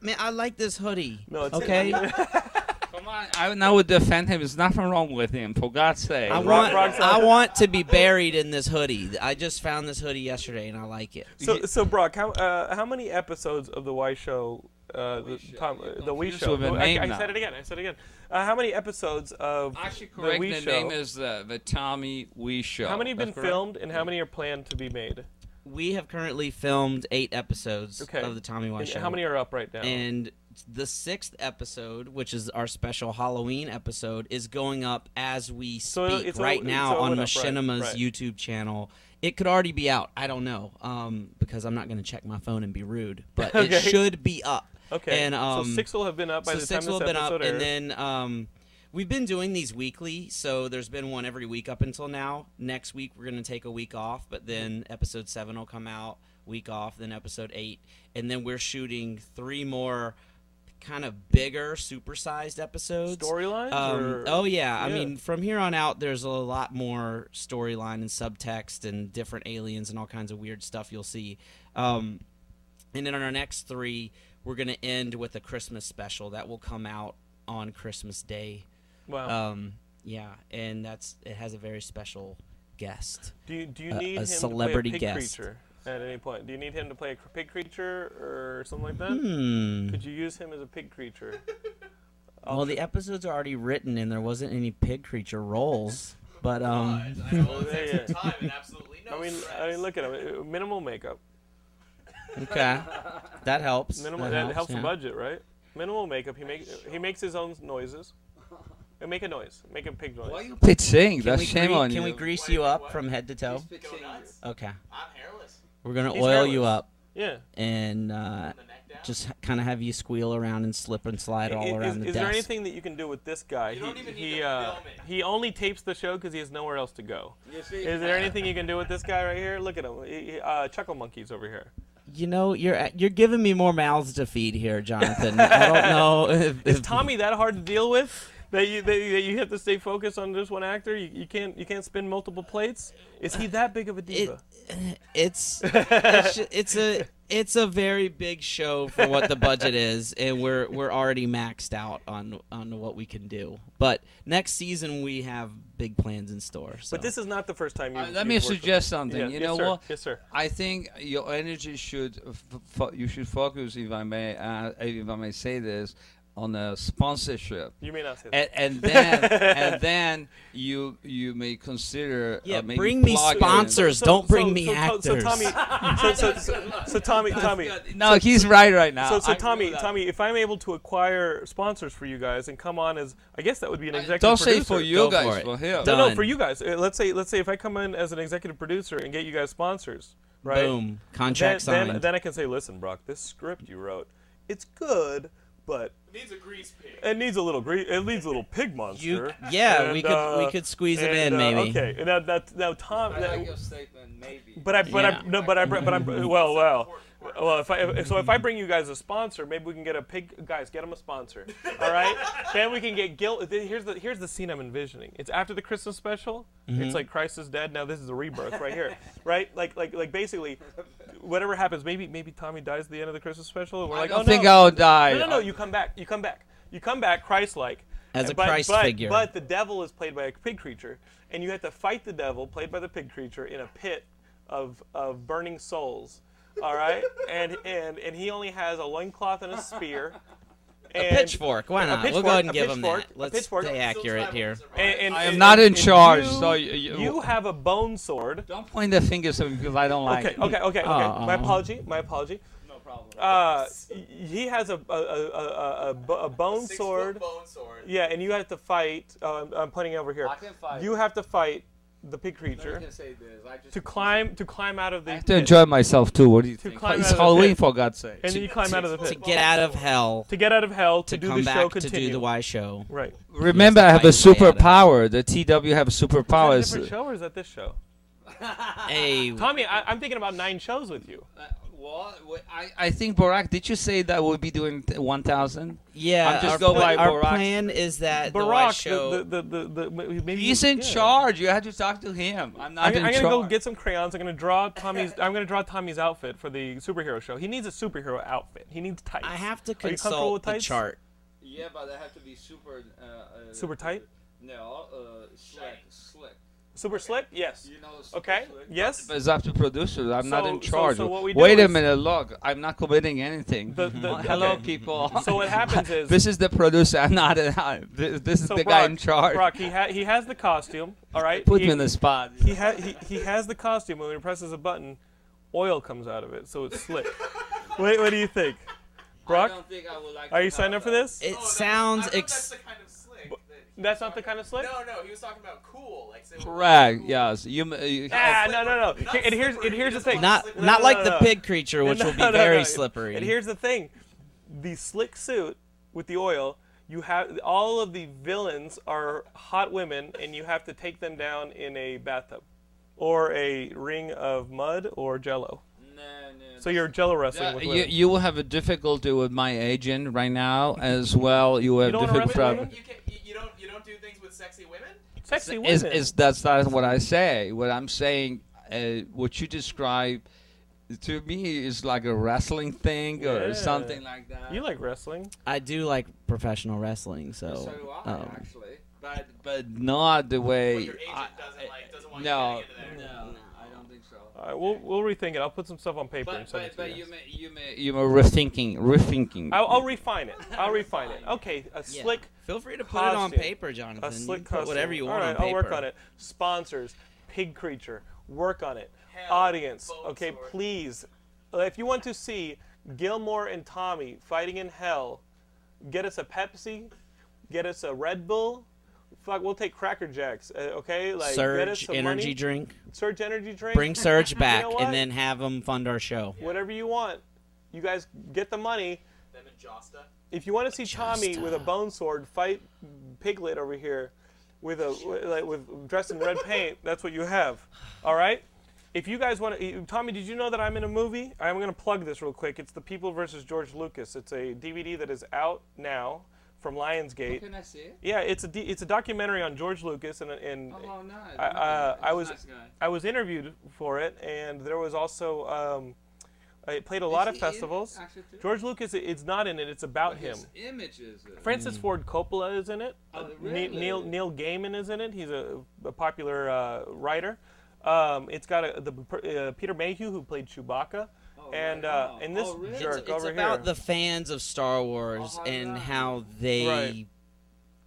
[SPEAKER 2] Man, I like this hoodie.
[SPEAKER 1] No, it's <laughs>
[SPEAKER 2] okay.
[SPEAKER 3] "Come on!" I now would defend him. There's nothing wrong with him. For God's sake.
[SPEAKER 2] I
[SPEAKER 1] Rock-
[SPEAKER 2] want
[SPEAKER 1] Rock-
[SPEAKER 2] I want to be buried in this hoodie. I just found this hoodie yesterday and I like it.
[SPEAKER 1] So, so Brock, how uh, how many episodes of the Y Show, uh, the Tom, uh, the We
[SPEAKER 3] confused
[SPEAKER 1] Show?
[SPEAKER 3] with the
[SPEAKER 1] I,
[SPEAKER 3] name
[SPEAKER 1] I
[SPEAKER 3] now.
[SPEAKER 1] said it again. I said it again. Uh, how many episodes of
[SPEAKER 3] Actually,
[SPEAKER 1] the
[SPEAKER 3] correct.
[SPEAKER 1] We
[SPEAKER 3] The,
[SPEAKER 1] Show?
[SPEAKER 3] name is the, the Tommy Wee Show.
[SPEAKER 1] how many have
[SPEAKER 3] That's
[SPEAKER 1] been
[SPEAKER 3] correct.
[SPEAKER 1] filmed and how many are planned to be made?
[SPEAKER 2] We have currently filmed eight episodes
[SPEAKER 1] Okay.
[SPEAKER 2] of the Tommy Wise
[SPEAKER 1] And
[SPEAKER 2] Show.
[SPEAKER 1] how many are up right now?
[SPEAKER 2] and the sixth episode, which is our special Halloween episode, is going up as we speak
[SPEAKER 1] So it's all-
[SPEAKER 2] right
[SPEAKER 1] it's
[SPEAKER 2] now
[SPEAKER 1] all
[SPEAKER 2] on
[SPEAKER 1] went up, right,
[SPEAKER 2] Machinima's
[SPEAKER 1] right.
[SPEAKER 2] YouTube channel. It could already be out. I don't know um, because I'm not going to check my phone and be rude,
[SPEAKER 1] <laughs>
[SPEAKER 2] but
[SPEAKER 1] Okay.
[SPEAKER 2] it should be up.
[SPEAKER 1] okay,
[SPEAKER 2] And um,
[SPEAKER 1] so six will have been up by
[SPEAKER 2] so
[SPEAKER 1] the time
[SPEAKER 2] six
[SPEAKER 1] this
[SPEAKER 2] will have been up,
[SPEAKER 1] episode airs.
[SPEAKER 2] and then um, we've been doing these weekly. So there's been one every week up until now. Next week we're gonna take a week off, but then episode seven will come out. Week off, then episode eight, and then we're shooting three more kind of bigger, supersized episodes.
[SPEAKER 1] Storylines
[SPEAKER 2] Um,
[SPEAKER 1] or-
[SPEAKER 2] oh yeah. I
[SPEAKER 1] Yeah.
[SPEAKER 2] mean, from here on out, there's a lot more storyline and subtext and different aliens and all kinds of weird stuff you'll see. Um, and then on our next three, we're going to end with a Christmas special that will come out on Christmas Day.
[SPEAKER 1] wow.
[SPEAKER 2] Um, yeah, and that's it has a very special guest.
[SPEAKER 1] do you do you
[SPEAKER 2] a-
[SPEAKER 1] need
[SPEAKER 2] a
[SPEAKER 1] him
[SPEAKER 2] celebrity
[SPEAKER 1] to play a pig
[SPEAKER 2] guest.
[SPEAKER 1] creature at any point? Do you need him to play a pig creature or something like that?
[SPEAKER 2] Hmm.
[SPEAKER 1] Could you use him as a pig creature?
[SPEAKER 2] Well, the episodes are already written, and there wasn't any pig creature roles, but um, <laughs>
[SPEAKER 4] I always
[SPEAKER 1] Yeah,
[SPEAKER 4] <laughs> have
[SPEAKER 1] yeah.
[SPEAKER 4] time and absolutely
[SPEAKER 1] <laughs>
[SPEAKER 4] no
[SPEAKER 1] I mean,
[SPEAKER 4] stress.
[SPEAKER 1] I mean, look at him. Uh, Minimal makeup.
[SPEAKER 2] okay, that helps.
[SPEAKER 1] Minimal. That, helps the budget, right? Minimal makeup. He makes he makes his own noises. Uh, Make a noise. Make a pig noise.
[SPEAKER 3] Why you pitching?
[SPEAKER 2] Can
[SPEAKER 3] That's
[SPEAKER 2] we,
[SPEAKER 3] shame
[SPEAKER 2] gre-
[SPEAKER 3] on
[SPEAKER 2] can
[SPEAKER 3] you.
[SPEAKER 2] we grease you up from head to toe?
[SPEAKER 4] Go nuts.
[SPEAKER 2] Okay,
[SPEAKER 4] I'm hairless.
[SPEAKER 2] we're gonna
[SPEAKER 1] He's
[SPEAKER 2] oil you
[SPEAKER 1] hairless.
[SPEAKER 2] up
[SPEAKER 1] Yeah.
[SPEAKER 2] and uh,
[SPEAKER 4] The neck down.
[SPEAKER 2] just kind of have you squeal around and slip and slide all
[SPEAKER 1] I-
[SPEAKER 2] around
[SPEAKER 1] is
[SPEAKER 2] the
[SPEAKER 1] is
[SPEAKER 2] desk.
[SPEAKER 1] there anything that you can do with this guy?
[SPEAKER 4] don't
[SPEAKER 1] he
[SPEAKER 4] even
[SPEAKER 1] he,
[SPEAKER 4] need to
[SPEAKER 1] uh,
[SPEAKER 4] film it.
[SPEAKER 1] he only tapes the show because he has nowhere else to go.
[SPEAKER 3] You see?
[SPEAKER 1] Is there anything you can do with this guy right here? Look at him. He- he- uh, Chuckle monkeys over here.
[SPEAKER 2] You know, you're you're
[SPEAKER 3] <laughs>
[SPEAKER 2] giving me more mouths to feed here, Jonathan. I don't know. If,
[SPEAKER 1] Is Tommy that hard to deal with? that you that, you- that you have to stay focused on just one actor. You, you can't you can't spin multiple plates. Is he that big of a diva?
[SPEAKER 2] it's it's, ju- it's a it's a very big show for what the budget is, and we're we're already maxed out on on what we can do. But next season we have big plans in store. So.
[SPEAKER 1] but this is not the first time you.
[SPEAKER 3] Uh, let me
[SPEAKER 1] you've worked with
[SPEAKER 3] suggest
[SPEAKER 1] him.
[SPEAKER 3] something.
[SPEAKER 1] Yeah,
[SPEAKER 3] You
[SPEAKER 1] yes,
[SPEAKER 3] know
[SPEAKER 1] sir.
[SPEAKER 3] what?
[SPEAKER 1] Yes, sir.
[SPEAKER 3] I think your energy should f- fo- you should focus, if I may, uh, if I may say this, on a sponsorship.
[SPEAKER 1] You may not say that.
[SPEAKER 3] And, and
[SPEAKER 1] <laughs>
[SPEAKER 3] then and then you you may consider
[SPEAKER 2] yeah,
[SPEAKER 3] uh, maybe
[SPEAKER 2] bring me
[SPEAKER 3] plug in-
[SPEAKER 2] sponsors. Don't bring me
[SPEAKER 1] so,
[SPEAKER 2] actors.
[SPEAKER 1] So
[SPEAKER 3] <laughs>
[SPEAKER 1] Tommy, so, so, so, so Tommy, Tommy.
[SPEAKER 3] No, he's right right now.
[SPEAKER 1] So, so
[SPEAKER 3] I-
[SPEAKER 1] Tommy, Tommy, if I'm able to acquire sponsors for you guys and come on as, I guess that would be an executive
[SPEAKER 3] don't
[SPEAKER 1] producer.
[SPEAKER 3] say for you
[SPEAKER 2] Go
[SPEAKER 3] guys,
[SPEAKER 2] for it.
[SPEAKER 3] for him.
[SPEAKER 1] No, no,
[SPEAKER 2] Done.
[SPEAKER 1] for you guys. Uh, Let's say, let's say if I come in as an executive producer and get you guys sponsors, right?
[SPEAKER 2] Boom,
[SPEAKER 1] Then,
[SPEAKER 2] contract signed.
[SPEAKER 1] then, then I can say, listen, Brock, this script you wrote, it's good, but
[SPEAKER 4] Needs a grease pig.
[SPEAKER 1] it needs a little gre- it needs a little pig monster.
[SPEAKER 2] You- yeah, we
[SPEAKER 1] And,
[SPEAKER 2] could-
[SPEAKER 1] uh,
[SPEAKER 2] we could squeeze him
[SPEAKER 1] and,
[SPEAKER 2] in,
[SPEAKER 1] uh,
[SPEAKER 2] maybe.
[SPEAKER 1] Okay, and now that now Tom. that-
[SPEAKER 3] statement, maybe.
[SPEAKER 1] But I, but
[SPEAKER 2] Yeah.
[SPEAKER 1] I, no, but I, but I'm, well, well, well. If I, if, so if I bring you guys a sponsor, maybe we can get a pig. Guys, get them a sponsor. All right. then we can get guilt. then Here's the here's the scene I'm envisioning. It's after the Christmas special.
[SPEAKER 3] Mm-hmm.
[SPEAKER 1] It's like Christ is dead. Now this is a rebirth right here. <laughs> right. Like like like basically, whatever happens, maybe maybe Tommy dies at the end of the Christmas special, and we're
[SPEAKER 3] I
[SPEAKER 1] like,
[SPEAKER 3] don't
[SPEAKER 1] oh
[SPEAKER 3] think
[SPEAKER 1] no.
[SPEAKER 3] I'll die.
[SPEAKER 1] No, no, no. You come back. You come back. You come back Christ-like.
[SPEAKER 2] As a
[SPEAKER 1] but,
[SPEAKER 2] Christ
[SPEAKER 1] but,
[SPEAKER 2] figure.
[SPEAKER 1] But the devil is played by a pig creature, and you have to fight the devil, played by the pig creature, in a pit of, of burning souls. All
[SPEAKER 2] <laughs>
[SPEAKER 1] right? and, and, and he only has a loincloth and a spear. And,
[SPEAKER 2] pitchfork. Why
[SPEAKER 1] a
[SPEAKER 2] not?
[SPEAKER 1] pitchfork,
[SPEAKER 2] we'll go ahead
[SPEAKER 1] a
[SPEAKER 2] and give them
[SPEAKER 1] pitchfork,
[SPEAKER 2] that.
[SPEAKER 1] a
[SPEAKER 2] Let's
[SPEAKER 1] pitchfork.
[SPEAKER 2] stay accurate here.
[SPEAKER 1] And, and,
[SPEAKER 3] I am
[SPEAKER 1] and-
[SPEAKER 3] not in
[SPEAKER 1] and
[SPEAKER 3] charge,
[SPEAKER 1] you-
[SPEAKER 3] so you- you-
[SPEAKER 1] you have a bone sword.
[SPEAKER 3] Don't point the fingers at me because I don't like
[SPEAKER 1] Okay,
[SPEAKER 3] it.
[SPEAKER 1] okay, okay, okay.
[SPEAKER 2] Ah,
[SPEAKER 1] my apology. My apology. No problem. Uh, he has a a, a, a, a, bo- a bone
[SPEAKER 4] Six
[SPEAKER 1] sword.
[SPEAKER 4] Foot bone sword.
[SPEAKER 1] Yeah, and you have to fight. Uh, I'm- I'm pointing over here.
[SPEAKER 5] I can fight.
[SPEAKER 1] You have to fight the pig
[SPEAKER 5] I'm
[SPEAKER 1] creature
[SPEAKER 5] gonna say this. I just
[SPEAKER 1] to climb to climb out of the.
[SPEAKER 3] I have to enjoy myself too. What do you think?
[SPEAKER 1] climb
[SPEAKER 3] It's
[SPEAKER 1] out of the
[SPEAKER 3] Halloween,
[SPEAKER 1] pit.
[SPEAKER 3] for God's sake.
[SPEAKER 1] And then you climb out of the
[SPEAKER 2] To
[SPEAKER 1] pit
[SPEAKER 2] get out of hell,
[SPEAKER 1] to get out of hell to,
[SPEAKER 2] to
[SPEAKER 1] do
[SPEAKER 2] come
[SPEAKER 1] the show
[SPEAKER 2] back to
[SPEAKER 1] continue.
[SPEAKER 2] do the Y show.
[SPEAKER 1] Right.
[SPEAKER 3] Remember, I have a
[SPEAKER 2] Yes, I can.
[SPEAKER 3] superpower. The TW have a superpower.
[SPEAKER 1] Is that a different show or is that this show?
[SPEAKER 2] Hey,
[SPEAKER 1] Tommy, I, I'm thinking about nine shows with you.
[SPEAKER 3] Well, I, I think Barack, did you say that we'll be doing t- 1,000?
[SPEAKER 2] yeah.
[SPEAKER 3] I'm just
[SPEAKER 2] our,
[SPEAKER 3] go
[SPEAKER 2] pla-
[SPEAKER 3] by
[SPEAKER 2] our
[SPEAKER 3] Barack.
[SPEAKER 2] plan is that the Y
[SPEAKER 1] Barack,
[SPEAKER 2] show.
[SPEAKER 1] the, the, the, the, the maybe
[SPEAKER 3] He's
[SPEAKER 1] you-
[SPEAKER 3] in
[SPEAKER 1] yeah.
[SPEAKER 3] charge. You have to talk to him. I'm not
[SPEAKER 1] I'm,
[SPEAKER 3] in
[SPEAKER 1] I'm gonna go
[SPEAKER 3] charge.
[SPEAKER 1] get some crayons. I'm gonna draw Tommy's. I'm gonna draw Tommy's outfit for the superhero show. He needs a superhero outfit. He needs tights.
[SPEAKER 2] I have to
[SPEAKER 1] Are you comfortable with
[SPEAKER 2] consult the
[SPEAKER 1] tights?
[SPEAKER 2] chart.
[SPEAKER 3] yeah, but I have to be super. Uh,
[SPEAKER 1] Super tight.
[SPEAKER 3] No, uh, slick. Slick.
[SPEAKER 1] Super slick. Yes.
[SPEAKER 3] know,
[SPEAKER 1] Okay. Yes.
[SPEAKER 3] It's up to producers. I'm not
[SPEAKER 1] So-
[SPEAKER 3] in
[SPEAKER 1] so-
[SPEAKER 3] charge.
[SPEAKER 1] so what we do
[SPEAKER 3] Wait a
[SPEAKER 1] is-
[SPEAKER 3] minute, look. I'm not committing anything.
[SPEAKER 1] The- the-
[SPEAKER 3] <laughs> Hello,
[SPEAKER 1] okay.
[SPEAKER 3] people.
[SPEAKER 1] <laughs> So what happens is-
[SPEAKER 3] <laughs> this is the producer. <laughs> I'm not. In, this, this is
[SPEAKER 1] So
[SPEAKER 3] the
[SPEAKER 1] Brock,
[SPEAKER 3] guy in charge.
[SPEAKER 1] Brock, he, ha- he has the costume. All right.
[SPEAKER 3] Put
[SPEAKER 1] he,
[SPEAKER 3] me in the spot.
[SPEAKER 1] He, ha- he, he has the costume. When he presses a button, oil comes out of it, so it's slick. Wait, what do you think, Brock?
[SPEAKER 3] think I would like
[SPEAKER 1] Are you signed up for this?
[SPEAKER 2] It
[SPEAKER 4] Oh, no, I
[SPEAKER 2] sounds
[SPEAKER 4] thought
[SPEAKER 2] ex-
[SPEAKER 4] that's the kind of slick. That he
[SPEAKER 1] That's
[SPEAKER 4] was
[SPEAKER 1] not the
[SPEAKER 4] talking-
[SPEAKER 1] kind of slick.
[SPEAKER 4] No, no, he was talking about cool. Like say, well,
[SPEAKER 3] Correct.
[SPEAKER 4] cool.
[SPEAKER 3] Yes. You. m- uh, you
[SPEAKER 1] Ah,
[SPEAKER 4] Not
[SPEAKER 1] no, no, no.
[SPEAKER 4] slippery.
[SPEAKER 1] Here- And here's and here's the thing.
[SPEAKER 2] not
[SPEAKER 4] No,
[SPEAKER 2] not
[SPEAKER 1] no,
[SPEAKER 2] like
[SPEAKER 1] no,
[SPEAKER 2] the
[SPEAKER 1] no.
[SPEAKER 2] pig creature, which will
[SPEAKER 1] <laughs>
[SPEAKER 2] be
[SPEAKER 1] No, no,
[SPEAKER 2] very
[SPEAKER 1] no.
[SPEAKER 2] slippery.
[SPEAKER 1] And here's the thing, the slick suit with the oil, you have all of the villains are hot women, and you have to take them down in a bathtub, or a ring of mud or Jello. So you're Jello wrestling
[SPEAKER 3] Uh,
[SPEAKER 1] with
[SPEAKER 3] you,
[SPEAKER 1] women.
[SPEAKER 3] you will have a difficulty with my agent right now as well. You have
[SPEAKER 1] don't wanna
[SPEAKER 3] difficult
[SPEAKER 1] wrestle
[SPEAKER 3] problem.
[SPEAKER 1] women?
[SPEAKER 4] You, can, you, you don't you don't do things with sexy women.
[SPEAKER 1] Sexy women.
[SPEAKER 3] Is, is that's not what I say. What I'm saying, uh, what you describe to me is like a wrestling thing
[SPEAKER 1] Yeah.
[SPEAKER 3] or something like that.
[SPEAKER 1] you like wrestling?
[SPEAKER 2] I do like professional wrestling, so,
[SPEAKER 3] so do I,
[SPEAKER 2] um,
[SPEAKER 3] actually, but but not the way.
[SPEAKER 4] But your agent
[SPEAKER 3] I,
[SPEAKER 4] doesn't like doesn't want
[SPEAKER 3] no,
[SPEAKER 4] you getting into there.
[SPEAKER 3] no, I don't think so.
[SPEAKER 1] All right, Uh, we'll we'll rethink it. I'll put some stuff on paper and
[SPEAKER 3] But,
[SPEAKER 1] send it
[SPEAKER 3] but,
[SPEAKER 1] to
[SPEAKER 3] but
[SPEAKER 1] you
[SPEAKER 3] you
[SPEAKER 1] guys.
[SPEAKER 3] may you may you may rethinking rethinking.
[SPEAKER 1] I'll,
[SPEAKER 3] <laughs>
[SPEAKER 1] I'll refine it. I'll refine it. Okay, a
[SPEAKER 2] yeah.
[SPEAKER 1] slick.
[SPEAKER 2] Feel free to put it on
[SPEAKER 1] costume.
[SPEAKER 2] paper, Jonathan.
[SPEAKER 1] A slick
[SPEAKER 2] you can put whatever
[SPEAKER 1] costume.
[SPEAKER 2] you want
[SPEAKER 1] All right,
[SPEAKER 2] on paper.
[SPEAKER 1] I'll work on it. Sponsors, pig creature, work on it.
[SPEAKER 4] Hell,
[SPEAKER 1] Audience,
[SPEAKER 4] bone
[SPEAKER 1] okay,
[SPEAKER 4] sword.
[SPEAKER 1] please. Uh, If you want to see Gilmore and Tommy fighting in hell, get us a Pepsi, get us a Red Bull. Fuck, we'll take Cracker Jacks. Uh, okay, like get us
[SPEAKER 2] Surge
[SPEAKER 1] some
[SPEAKER 2] energy
[SPEAKER 1] money.
[SPEAKER 2] drink.
[SPEAKER 1] Surge energy drink. <laughs>
[SPEAKER 2] Bring Surge back,
[SPEAKER 1] what?
[SPEAKER 2] and then have them fund our show.
[SPEAKER 1] whatever you want. You guys get the money.
[SPEAKER 4] Them and Josta.
[SPEAKER 1] If you want to see Tommy
[SPEAKER 2] Just,
[SPEAKER 1] with a
[SPEAKER 2] uh,
[SPEAKER 1] bone sword fight Piglet over here, with a with- like with dressed in red paint, that's what you have. All right. If you guys want to, Tommy, did you know that I'm in a movie? I'm going to plug this real quick. It's The People versus George Lucas. It's a DVD that is out now from Lionsgate.
[SPEAKER 3] Can I see it?
[SPEAKER 1] Yeah, it's a d it's a documentary on George Lucas, and and
[SPEAKER 3] Oh, nice.
[SPEAKER 1] I, uh, I was
[SPEAKER 3] Nice guy.
[SPEAKER 1] I was interviewed for it, and there was also um, it played a lot of
[SPEAKER 3] he in it,
[SPEAKER 1] festivals.
[SPEAKER 3] actually, too?
[SPEAKER 1] George Lucas, it- it's not in it; it's about him.
[SPEAKER 3] His image is it?
[SPEAKER 1] Francis
[SPEAKER 2] Hmm.
[SPEAKER 1] Ford Coppola is in it.
[SPEAKER 3] Oh,
[SPEAKER 1] Ne-
[SPEAKER 3] really?
[SPEAKER 1] Neil Neil Gaiman is in it. He's a, a popular uh, writer. Um, it's got a, the uh, Peter Mayhew who played Chewbacca, and
[SPEAKER 3] right.
[SPEAKER 1] uh,
[SPEAKER 3] Oh,
[SPEAKER 1] and this
[SPEAKER 3] oh, really? It's-
[SPEAKER 1] jerk
[SPEAKER 2] it's
[SPEAKER 1] over
[SPEAKER 2] about
[SPEAKER 1] here.
[SPEAKER 2] the fans of Star Wars
[SPEAKER 3] Oh,
[SPEAKER 2] and
[SPEAKER 3] yeah.
[SPEAKER 2] how they
[SPEAKER 1] Right.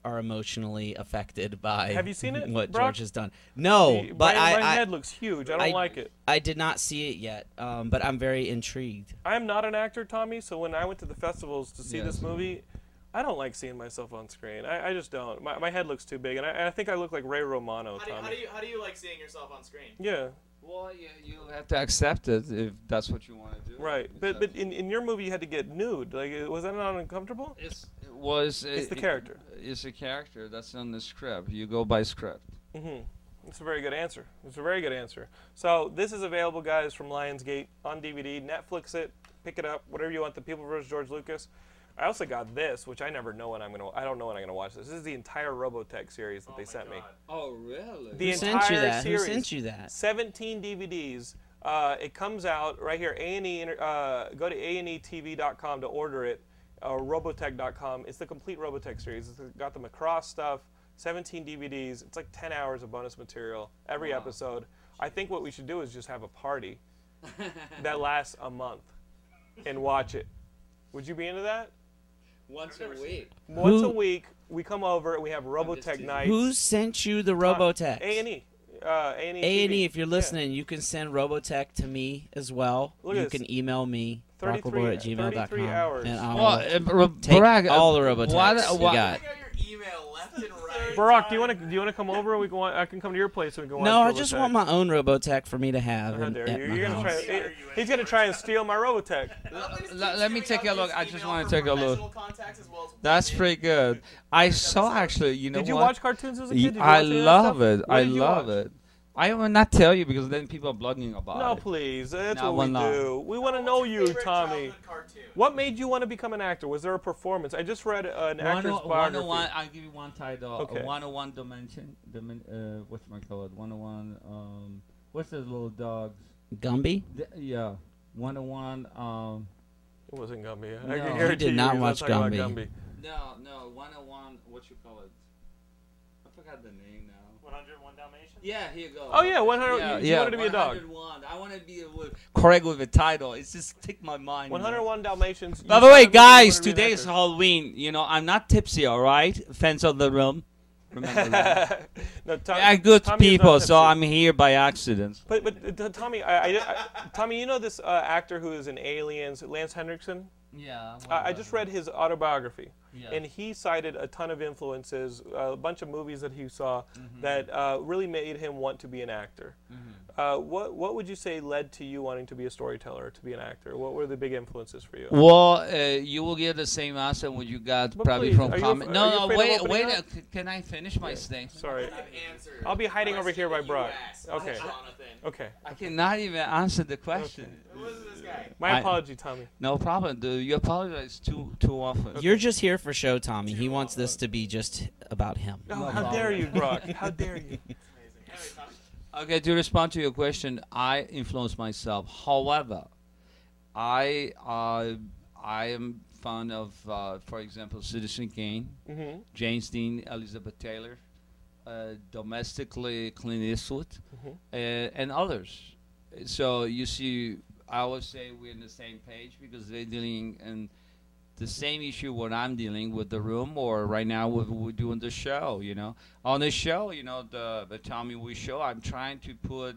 [SPEAKER 2] are emotionally affected by.
[SPEAKER 1] Have you
[SPEAKER 2] <laughs>
[SPEAKER 1] seen it,
[SPEAKER 2] What
[SPEAKER 1] Brock?
[SPEAKER 2] George has done? No,
[SPEAKER 1] Brian-
[SPEAKER 2] but I,
[SPEAKER 1] Brian
[SPEAKER 2] I,
[SPEAKER 1] head looks huge. I don't like it.
[SPEAKER 2] I did not see it yet, um, but I'm very intrigued.
[SPEAKER 1] I am not an actor, Tommy. So when I went to the festivals to see this
[SPEAKER 3] Yes.
[SPEAKER 1] movie, I don't like seeing myself on screen. I, I just don't. My, my head looks too big, and I, and I think I look like Ray Romano,
[SPEAKER 4] How do, you, how,
[SPEAKER 1] Tommy.
[SPEAKER 4] do you, how do you like seeing yourself on screen?
[SPEAKER 1] yeah,
[SPEAKER 3] Well, yeah, you'll have to accept it if that's what you want to do.
[SPEAKER 1] right.
[SPEAKER 3] It's
[SPEAKER 1] But
[SPEAKER 3] up
[SPEAKER 1] but
[SPEAKER 3] to
[SPEAKER 1] in, in your movie, you had to get nude. Like, uh, was that not uncomfortable?
[SPEAKER 3] It's was
[SPEAKER 1] It's the character.
[SPEAKER 3] It's a character that's on the script. You go by script.
[SPEAKER 1] It's a very good answer. It's a very good answer. So this is available, guys, from Lionsgate on DVD. Netflix it. Pick it up. Whatever you want. The People vs. George Lucas. I also got this, which I never know when I'm gonna. I don't know when I'm gonna watch this. This is the entire Robotech series that they sent me.
[SPEAKER 3] Oh really?
[SPEAKER 1] The
[SPEAKER 2] Who sent you
[SPEAKER 1] entire
[SPEAKER 2] that? Who
[SPEAKER 1] series.
[SPEAKER 2] sent you that?
[SPEAKER 1] 17 DVDs. Uh, it comes out right here. A and E. Uh, go to a and TV.com to order it. Uh, Robotech.com. It's the complete Robotech series. It's got the Macross stuff. 17 DVDs. It's like 10 hours of bonus material every episode. I think what we should do is just have a
[SPEAKER 3] <laughs>
[SPEAKER 1] party that lasts a month and watch it. Would you be into that?
[SPEAKER 3] Once a week.
[SPEAKER 1] Once
[SPEAKER 2] Who-
[SPEAKER 1] a week, we come over and we have Robotech
[SPEAKER 3] teasing.
[SPEAKER 1] night.
[SPEAKER 2] Who sent you the Robotech?
[SPEAKER 1] A and E. Uh, A and E.
[SPEAKER 2] A and E. If you're listening, you can send Robotech to me as well.
[SPEAKER 1] Look at
[SPEAKER 2] you
[SPEAKER 1] this.
[SPEAKER 2] can email me
[SPEAKER 1] 33
[SPEAKER 2] rockleboy at gmail.com,
[SPEAKER 1] 33 hours.
[SPEAKER 2] and I will
[SPEAKER 3] Well, uh, bro-
[SPEAKER 2] take
[SPEAKER 3] Barack, uh,
[SPEAKER 2] all the Robotechs
[SPEAKER 3] why the-
[SPEAKER 2] you
[SPEAKER 3] why-
[SPEAKER 2] got.
[SPEAKER 4] I got your email left and right.
[SPEAKER 1] Barack, do you want to do you want to come over? We can wa- I can come to your place and we can.
[SPEAKER 2] No, I
[SPEAKER 1] watch
[SPEAKER 2] just
[SPEAKER 1] Robotech.
[SPEAKER 2] want my own Robotech for me to have.
[SPEAKER 1] How
[SPEAKER 2] in-
[SPEAKER 1] dare
[SPEAKER 2] at
[SPEAKER 1] you?
[SPEAKER 2] my
[SPEAKER 1] You're gonna try.
[SPEAKER 2] house.
[SPEAKER 1] he- he's gonna try and steal my Robotech.
[SPEAKER 3] Let- let me take a look. I just wanna
[SPEAKER 4] want
[SPEAKER 3] take a look. That's pretty good. I saw actually. You know
[SPEAKER 1] Did you
[SPEAKER 3] what?
[SPEAKER 1] watch cartoons as a kid?
[SPEAKER 3] Ye-
[SPEAKER 1] Did you
[SPEAKER 3] I
[SPEAKER 1] watch any of that
[SPEAKER 3] love
[SPEAKER 1] stuff?
[SPEAKER 3] it.
[SPEAKER 1] What
[SPEAKER 3] I
[SPEAKER 1] did you
[SPEAKER 3] love
[SPEAKER 1] watch?
[SPEAKER 3] it. I will not tell you because then people are blogging about
[SPEAKER 1] No,
[SPEAKER 3] it.
[SPEAKER 1] please. That's
[SPEAKER 3] No,
[SPEAKER 1] what we
[SPEAKER 3] we're not.
[SPEAKER 1] do. We want to know you, Tommy. What made you want to become an actor? Was there a performance? I just read uh, an actor's biography.
[SPEAKER 3] 101, I'll give you one title.
[SPEAKER 1] Okay.
[SPEAKER 3] A 101 dimension. Dimen, uh, what's my call it? 101. Um, what's those little dogs?
[SPEAKER 2] Gumby?
[SPEAKER 3] The, yeah. 101. Um,
[SPEAKER 1] It wasn't Gumby. I
[SPEAKER 3] No.
[SPEAKER 1] can
[SPEAKER 3] You
[SPEAKER 1] guarantee
[SPEAKER 2] did not
[SPEAKER 1] you,
[SPEAKER 2] watch
[SPEAKER 1] that's not
[SPEAKER 2] Gumby.
[SPEAKER 1] Gumby.
[SPEAKER 3] no, no. 101. What you call it? I forgot the name now.
[SPEAKER 5] 101 Dalmatians?
[SPEAKER 3] Yeah, here you go.
[SPEAKER 1] Oh, yeah, 100
[SPEAKER 3] Yeah,
[SPEAKER 1] you- you
[SPEAKER 3] yeah,
[SPEAKER 1] wanted to be a dog.
[SPEAKER 3] 101. I want to be a, with, correct with a title. It's just tick my mind. man.
[SPEAKER 1] 101 Dalmatians.
[SPEAKER 3] By
[SPEAKER 1] You
[SPEAKER 3] the
[SPEAKER 1] said
[SPEAKER 3] way,
[SPEAKER 1] that you wanted
[SPEAKER 3] guys,
[SPEAKER 1] to be an
[SPEAKER 3] today is
[SPEAKER 1] actor.
[SPEAKER 3] Halloween. You know, I'm not tipsy, all right? Fans of the room. Remember that.
[SPEAKER 1] no, Tom,
[SPEAKER 3] I'm good
[SPEAKER 1] Tommy is not
[SPEAKER 3] people,
[SPEAKER 1] tipsy.
[SPEAKER 3] so I'm here by accident.
[SPEAKER 1] But but uh, t- Tommy, I, I, I- Tommy, you know this uh, actor who is in Aliens, Lance Henriksen.
[SPEAKER 3] Yeah.
[SPEAKER 1] I, I just read his autobiography,
[SPEAKER 3] Yeah.
[SPEAKER 1] and he cited a ton of influences, uh, a bunch of movies that he saw that uh, really made him want to be an actor. Uh, what what would you say led to you wanting to be a storyteller, to be an actor? What were the big influences for you?
[SPEAKER 3] Well, uh, you will get the same answer what you got
[SPEAKER 1] But
[SPEAKER 3] probably
[SPEAKER 1] please,
[SPEAKER 3] from
[SPEAKER 1] are you
[SPEAKER 3] comment.
[SPEAKER 1] af- are you
[SPEAKER 3] No, no,
[SPEAKER 1] afraid of
[SPEAKER 3] wait,
[SPEAKER 1] opening
[SPEAKER 3] wait.
[SPEAKER 1] up?
[SPEAKER 3] uh, c- can I finish my statement?
[SPEAKER 1] Sorry, I'll be hiding over here by Brock. Okay, okay.
[SPEAKER 3] I cannot even answer the question.
[SPEAKER 4] Who is this guy?
[SPEAKER 1] My
[SPEAKER 3] I-
[SPEAKER 1] apology, Tommy.
[SPEAKER 3] No problem. dude. You apologize too too often.
[SPEAKER 2] You're just here for show, Tommy. He wants this to be just about him.
[SPEAKER 1] Oh, how dare you, Brock? How dare you?
[SPEAKER 3] Okay, to respond to your question, I influence myself. However, I uh, I am fond of, uh, for example, Citizen Kane, James Dean, Elizabeth Taylor, uh, domestically Clint Eastwood, uh, and others. So you see, I always say we're on the same page because they're dealing in the same issue what I'm dealing with the room or right now what we're doing the show, you know. On the show, you know, the, the Tommy We show, I'm trying to put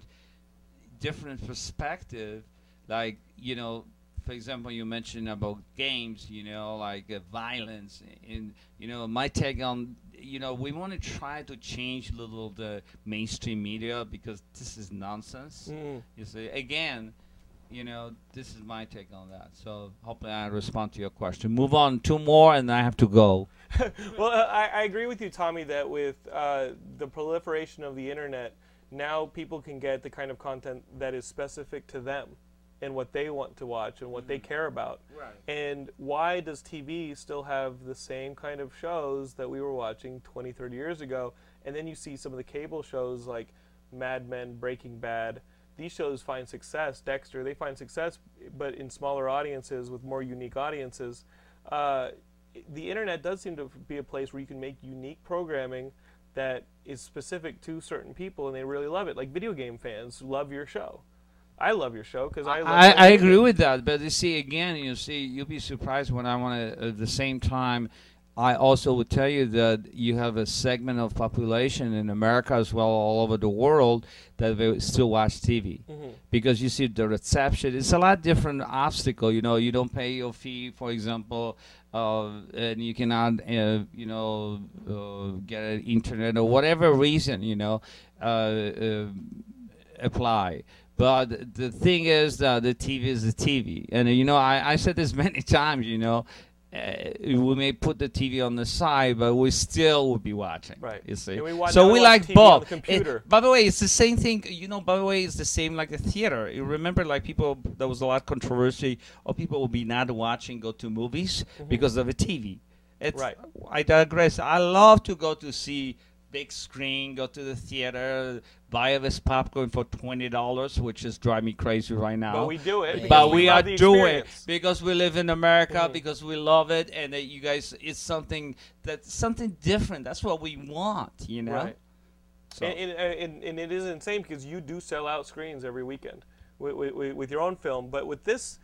[SPEAKER 3] different perspective, like, you know, for example, you mentioned about games, you know, like uh, violence, and you know, my take on, you know, we want to try to change little the mainstream media because this is nonsense. You see, again, you know, this is my take on that. So hopefully I respond to your question. Move on two more, and I have to go.
[SPEAKER 1] <laughs> Well, uh, I, I agree with you, Tommy, that with uh, the proliferation of the internet, now people can get the kind of content that is specific to them. and what they want to watch and what they care about.
[SPEAKER 4] Right.
[SPEAKER 1] And why does TV still have the same kind of shows that we were watching 20, 30 years ago? And then you see some of the cable shows like Mad Men, Breaking Bad. These shows find success. Dexter, they find success, but in smaller audiences with more unique audiences. Uh, the internet does seem to be a place where you can make unique programming that is specific to certain people, and they really love it. Like video game fans love your show. I love your show because I. Love
[SPEAKER 3] I, I
[SPEAKER 1] video
[SPEAKER 3] agree with that, but you see, again, you see, you'll be surprised when I want to. At the same time, I also would tell you that you have a segment of population in America as well, all over the world, that they still watch TV
[SPEAKER 1] Mm-hmm.
[SPEAKER 3] because you see the reception. It's a lot different obstacle. You know, you don't pay your fee, for example, uh, and you cannot, uh, you know, uh, get an internet or whatever reason. You know. Uh, uh, apply. But the thing is that the TV is the TV, and uh, you know I, I said this <laughs> many times. You know, uh, we may put the TV on the side, but we still will be watching.
[SPEAKER 1] Right.
[SPEAKER 3] You see.
[SPEAKER 1] And we watch-
[SPEAKER 3] so
[SPEAKER 1] now we
[SPEAKER 3] we
[SPEAKER 1] watch
[SPEAKER 3] like
[SPEAKER 1] TV on
[SPEAKER 3] both.
[SPEAKER 1] the
[SPEAKER 3] It-
[SPEAKER 1] computer.
[SPEAKER 3] by the way, it's the same thing. You know, by the way, it's the same like the theater. You remember, like people, there was a lot of controversy. Or people will be not watching, go to movies because of the TV.
[SPEAKER 1] Mm-hmm.
[SPEAKER 3] It's,
[SPEAKER 1] Right.
[SPEAKER 3] I digress. I love to go to see big screen, go to the theater, buy this popcorn for twenty dollars, which is driving me crazy right now.
[SPEAKER 1] we do it because
[SPEAKER 3] But
[SPEAKER 1] we
[SPEAKER 3] we
[SPEAKER 1] love
[SPEAKER 3] are
[SPEAKER 1] the
[SPEAKER 3] doing
[SPEAKER 1] experience. Mm-hmm.
[SPEAKER 3] because we live in America, because we love it, and that you guys, it's something that's something different. That's what we want, you know.
[SPEAKER 1] Right.
[SPEAKER 3] So.
[SPEAKER 1] And, uh, and, and, and it is insane because you do sell out screens every weekend with, with, with your own film. But with this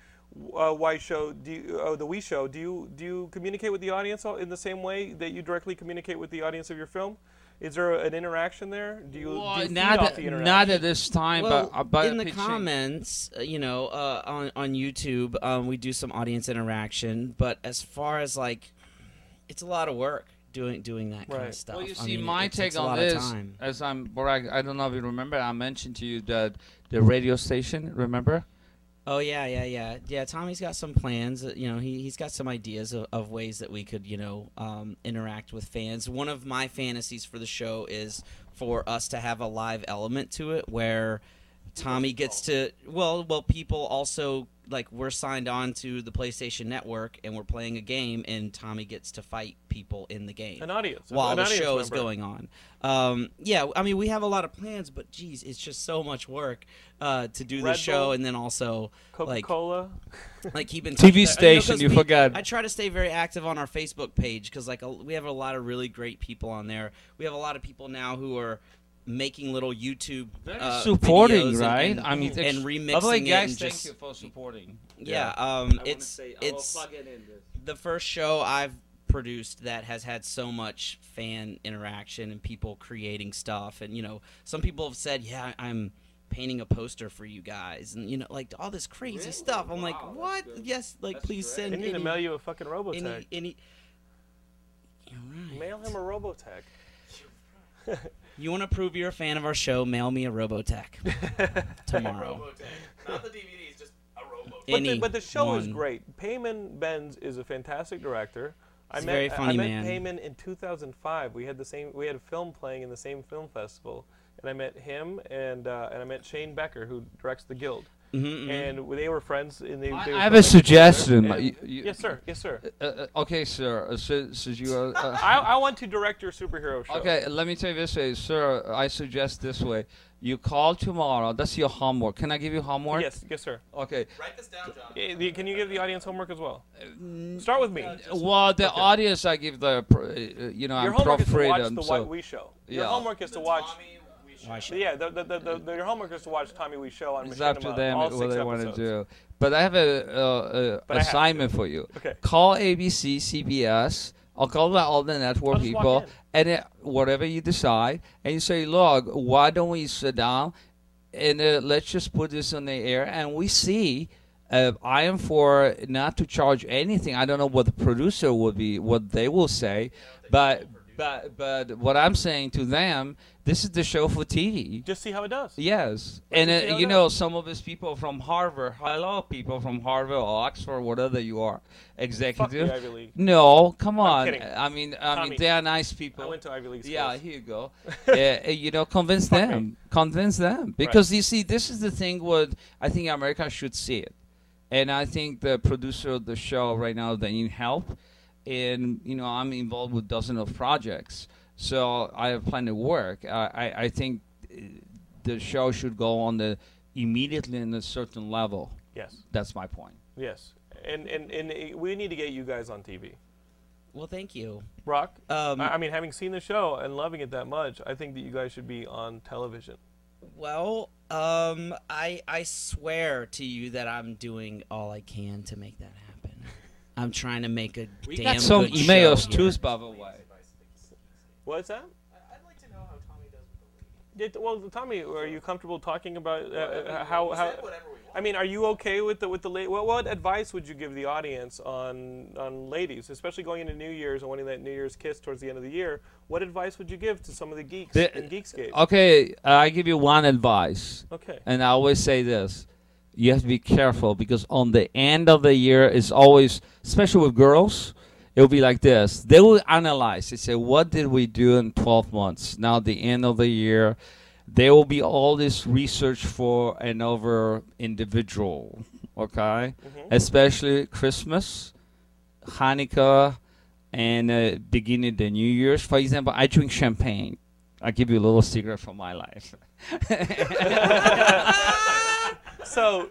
[SPEAKER 1] uh, Y show, do you, uh, the We show, do you do you communicate with the audience all- in the same way that you directly communicate with the audience of your film? Is there an interaction there? Do you, do you feed
[SPEAKER 3] not,
[SPEAKER 1] off the
[SPEAKER 3] at-
[SPEAKER 1] interaction?
[SPEAKER 3] not at this time,
[SPEAKER 2] Well,
[SPEAKER 3] but, uh, but
[SPEAKER 2] in the
[SPEAKER 3] pitching-
[SPEAKER 2] comments, uh, you know, uh, on on YouTube, um, we do some audience interaction. But as far as like, it's a lot of work doing doing that kind
[SPEAKER 1] Right.
[SPEAKER 2] of stuff.
[SPEAKER 3] Well, you
[SPEAKER 2] I
[SPEAKER 3] see,
[SPEAKER 2] mean,
[SPEAKER 3] my
[SPEAKER 2] it takes
[SPEAKER 3] take
[SPEAKER 2] a
[SPEAKER 3] on
[SPEAKER 2] lot of
[SPEAKER 3] this,
[SPEAKER 2] time.
[SPEAKER 3] as I'm, Borag, I don't know if you remember, I mentioned to you that the radio station, remember?
[SPEAKER 2] Oh yeah, yeah, yeah, yeah. Tommy's got some plans. uh, You know, he he's got some ideas of, of ways that we could, you know, um, interact with fans. One of my fantasies for the show is for us to have a live element to it, where Tommy gets to well, well, people also like we're signed on to the PlayStation Network and we're playing a game, and Tommy gets to fight people in the game
[SPEAKER 1] An audience,
[SPEAKER 2] while
[SPEAKER 1] an
[SPEAKER 2] the
[SPEAKER 1] audience
[SPEAKER 2] show is
[SPEAKER 1] member.
[SPEAKER 2] going on. Um, yeah, I mean, we have a lot of plans, but geez, it's just so much work uh, to do
[SPEAKER 1] Red
[SPEAKER 2] this show
[SPEAKER 1] Bull,
[SPEAKER 2] and then also like
[SPEAKER 1] Coca-Cola.
[SPEAKER 2] like keep in touch
[SPEAKER 3] TV
[SPEAKER 2] with-
[SPEAKER 3] station,
[SPEAKER 2] 'cause
[SPEAKER 3] you
[SPEAKER 2] we-
[SPEAKER 3] forgot.
[SPEAKER 2] I try to stay very active on our Facebook page because like a, we have a lot of really great people on there. We have a lot of people now who are making little YouTube uh, videos
[SPEAKER 3] supporting,
[SPEAKER 2] and-
[SPEAKER 3] right?
[SPEAKER 2] And,
[SPEAKER 3] I mean,
[SPEAKER 2] and
[SPEAKER 3] it's-
[SPEAKER 2] remixing
[SPEAKER 3] By the way,
[SPEAKER 2] it
[SPEAKER 3] guys,
[SPEAKER 2] and
[SPEAKER 3] thank
[SPEAKER 2] just-
[SPEAKER 3] you for supporting.
[SPEAKER 2] yeah, um,
[SPEAKER 5] I
[SPEAKER 2] it's
[SPEAKER 5] want to say, I
[SPEAKER 2] it's
[SPEAKER 5] will plug it in this.
[SPEAKER 2] the first show I've produced that has had so much fan interaction and people creating stuff and you know some people have said yeah I'm painting a poster for you guys and you know like all this crazy stuff
[SPEAKER 5] Wow,
[SPEAKER 2] I'm like
[SPEAKER 5] that's
[SPEAKER 2] what
[SPEAKER 5] good.
[SPEAKER 2] yes like
[SPEAKER 5] That's
[SPEAKER 2] please
[SPEAKER 5] great.
[SPEAKER 1] They
[SPEAKER 2] send
[SPEAKER 1] need to
[SPEAKER 2] any-
[SPEAKER 1] mail you a fucking
[SPEAKER 2] any
[SPEAKER 1] Robotech.
[SPEAKER 2] any
[SPEAKER 1] Mail him a Robotech.
[SPEAKER 2] you want to prove you're a fan of our show mail me a robotech
[SPEAKER 1] <laughs>
[SPEAKER 2] tomorrow
[SPEAKER 4] Robotech. Not the DVDs, just a robot.
[SPEAKER 1] But the,
[SPEAKER 2] Any
[SPEAKER 1] but the show is
[SPEAKER 2] one.
[SPEAKER 1] great. Payman Benz is a fantastic director. I
[SPEAKER 2] He's a
[SPEAKER 1] met,
[SPEAKER 2] very
[SPEAKER 1] I- I
[SPEAKER 2] funny
[SPEAKER 1] met
[SPEAKER 2] man.
[SPEAKER 1] Payman in 2005. We had the same. We had a film playing in the same film festival, and I met him and uh, and I met Shane Becker, who directs The Guild,
[SPEAKER 2] Mm-hmm,
[SPEAKER 1] and we- they were friends. And they,
[SPEAKER 3] I,
[SPEAKER 1] they were
[SPEAKER 3] I have a
[SPEAKER 1] friends.
[SPEAKER 3] suggestion.
[SPEAKER 1] And-
[SPEAKER 3] You- you-
[SPEAKER 1] yes, sir. Yes, sir.
[SPEAKER 3] Uh, uh, okay, sir. Uh, so, so you
[SPEAKER 2] <laughs>
[SPEAKER 3] are, uh,
[SPEAKER 1] I, I want to direct your superhero show.
[SPEAKER 3] Okay, let me tell you this way, sir. I suggest this way. You call tomorrow. That's your homework. Can I give you homework?
[SPEAKER 1] Yes, yes, sir.
[SPEAKER 3] Okay.
[SPEAKER 4] Write this down, John.
[SPEAKER 1] Eh, the- Can you give the audience homework as well?
[SPEAKER 3] Uh,
[SPEAKER 1] Start with me.
[SPEAKER 3] Well, the audience, I give the, pr- uh, you know,
[SPEAKER 1] Your
[SPEAKER 3] I'm pro
[SPEAKER 1] homework is to watch
[SPEAKER 3] freedom.
[SPEAKER 1] the
[SPEAKER 3] so.
[SPEAKER 1] White We Show. Your
[SPEAKER 3] Yeah.
[SPEAKER 1] homework is
[SPEAKER 4] The
[SPEAKER 1] to watch.
[SPEAKER 4] Tommy we should-
[SPEAKER 2] Why should-
[SPEAKER 1] Yeah, the, the, the, the, the, your homework is to watch Tommy We Show on
[SPEAKER 3] It's
[SPEAKER 1] Machinima,
[SPEAKER 3] up to them
[SPEAKER 1] all
[SPEAKER 3] what
[SPEAKER 1] six
[SPEAKER 3] they want to
[SPEAKER 1] episodes.
[SPEAKER 3] do. But I have a, uh,
[SPEAKER 1] But I
[SPEAKER 3] a
[SPEAKER 1] have
[SPEAKER 3] assignment for you.
[SPEAKER 1] Okay.
[SPEAKER 3] Call ABC, CBS. I'll call the, all the network
[SPEAKER 1] I'll just walk
[SPEAKER 3] people,
[SPEAKER 1] in.
[SPEAKER 3] and it, whatever you decide, and you say, "Look, why don't we sit down and uh, let's just put this on the air?" And we see. Uh, I am for not to charge anything. I don't know what the producer will be, what they will say, but But but what I'm saying to them, this is the show for TV.
[SPEAKER 1] Just see how it does.
[SPEAKER 3] Yes, and
[SPEAKER 1] just see
[SPEAKER 3] uh,
[SPEAKER 1] how
[SPEAKER 3] you
[SPEAKER 1] it
[SPEAKER 3] know some of these people from Harvard. Hello, people from Harvard or Oxford, whatever you are,
[SPEAKER 1] Fuck
[SPEAKER 3] executive.
[SPEAKER 1] the Ivy League.
[SPEAKER 3] No, come on.
[SPEAKER 1] kidding.
[SPEAKER 3] I mean, I
[SPEAKER 1] Tommy,
[SPEAKER 3] mean, they are nice people.
[SPEAKER 1] I went to Ivy League schools.
[SPEAKER 3] Yeah, here you go. uh, you know, convince
[SPEAKER 1] Fuck me.
[SPEAKER 3] them. Convince them. Because you see, this is the thing what I think America should see it. And I think the producer of the show right now, they need help. And, you know, I'm involved with dozens of projects. So I have plenty of work. I, I, I think uh, the show should go on the immediately in a certain level.
[SPEAKER 1] Yes.
[SPEAKER 3] That's my point.
[SPEAKER 1] Yes. And, and and it- we need to get you guys on TV.
[SPEAKER 2] Well, thank you.
[SPEAKER 1] Brock,
[SPEAKER 2] Um,
[SPEAKER 1] I, I mean, having seen the show and loving it that much, I think that you guys should be on television.
[SPEAKER 2] Well, um, I I swear to you that I'm doing all I can to make that happen. <laughs> I'm trying to make a
[SPEAKER 3] We
[SPEAKER 2] damn
[SPEAKER 3] got some
[SPEAKER 2] good show
[SPEAKER 3] emails
[SPEAKER 2] here.
[SPEAKER 3] too, by the way.
[SPEAKER 1] What's that?
[SPEAKER 4] I'd like to know how Tommy does with the lady.
[SPEAKER 1] Yeah, t- well, Tommy, are you comfortable talking about uh, how? how
[SPEAKER 4] said whatever we want.
[SPEAKER 1] I mean, are you okay with the with the la- what, what advice would you give the audience on on ladies, especially going into New Year's and wanting that New Year's kiss towards the end of the year? What advice would you give to some of the geeks
[SPEAKER 3] The- uh,
[SPEAKER 1] in Geekscape?
[SPEAKER 3] Okay, I give you one
[SPEAKER 2] Oh.
[SPEAKER 3] advice.
[SPEAKER 1] Okay.
[SPEAKER 3] And I always say this: you have to be careful because on the end of the year is always, especially with girls, it will be like this. They will analyze. They say, "What did we do in 12 months?" Now the end of the year, there will be all this research for and over individual. Okay, especially Christmas. Hanukkah and uh, beginning the New Year's. For example, I drink champagne. I give you a little secret from my life, <laughs>
[SPEAKER 1] So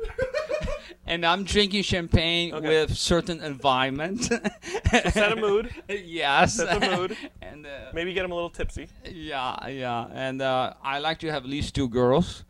[SPEAKER 3] and I'm drinking champagne
[SPEAKER 1] Okay.
[SPEAKER 3] with certain environment.
[SPEAKER 1] set a mood,
[SPEAKER 3] <laughs> yes,
[SPEAKER 1] set the mood.
[SPEAKER 3] <laughs> and uh,
[SPEAKER 1] Maybe get them a little tipsy.
[SPEAKER 3] yeah, yeah, and uh, I like to have at least two girls,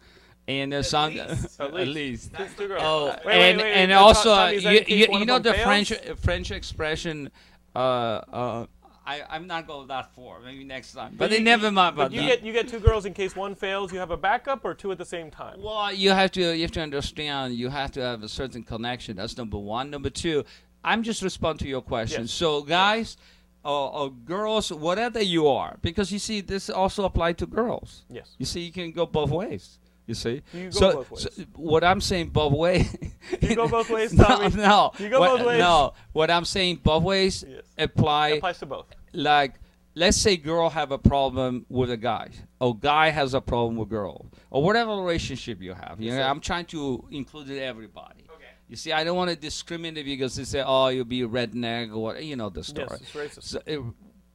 [SPEAKER 3] and uh, some <laughs>
[SPEAKER 1] At
[SPEAKER 3] at
[SPEAKER 1] least.
[SPEAKER 3] least.
[SPEAKER 1] Please do grow.
[SPEAKER 3] Oh,
[SPEAKER 1] Wait, wait,
[SPEAKER 3] and
[SPEAKER 1] wait,
[SPEAKER 3] and
[SPEAKER 1] no, Tom-
[SPEAKER 3] also uh,
[SPEAKER 1] Tommy, is that
[SPEAKER 3] you,
[SPEAKER 1] in case
[SPEAKER 3] you,
[SPEAKER 1] one
[SPEAKER 3] you
[SPEAKER 1] of
[SPEAKER 3] know
[SPEAKER 1] them
[SPEAKER 3] the
[SPEAKER 1] fails?
[SPEAKER 3] French uh, French expression. Uh, uh, I I'm not going that far. Maybe next time. But,
[SPEAKER 1] you-
[SPEAKER 3] they never mind
[SPEAKER 1] But
[SPEAKER 3] about
[SPEAKER 1] you
[SPEAKER 3] that.
[SPEAKER 1] get you get two girls in case one fails. You have a backup or two at the same time.
[SPEAKER 3] Well, you have to you have to understand you have to have a certain connection. That's number one. Number two, I'm just respond to your question.
[SPEAKER 1] Yes.
[SPEAKER 3] So guys or, or girls, whatever you are, because you see this also apply to girls.
[SPEAKER 1] Yes.
[SPEAKER 3] You see, you can go both ways. You see.
[SPEAKER 1] You go
[SPEAKER 3] so,
[SPEAKER 1] both ways.
[SPEAKER 3] so what I'm saying both ways.
[SPEAKER 1] You go both ways,
[SPEAKER 3] <laughs> no,
[SPEAKER 1] Tommy.
[SPEAKER 3] no.
[SPEAKER 1] You go
[SPEAKER 3] what,
[SPEAKER 1] both ways.
[SPEAKER 3] No, what I'm saying both ways
[SPEAKER 1] Yes.
[SPEAKER 3] apply
[SPEAKER 1] applies to both.
[SPEAKER 3] like let's say girl have a problem with a guy or guy has a problem with girl or whatever relationship you have you know, i'm trying to include everybody
[SPEAKER 4] Okay.
[SPEAKER 3] you see i don't want to discriminate because they say oh you'll be a redneck or what you know the story
[SPEAKER 1] Yes, it's racist.
[SPEAKER 3] So, it-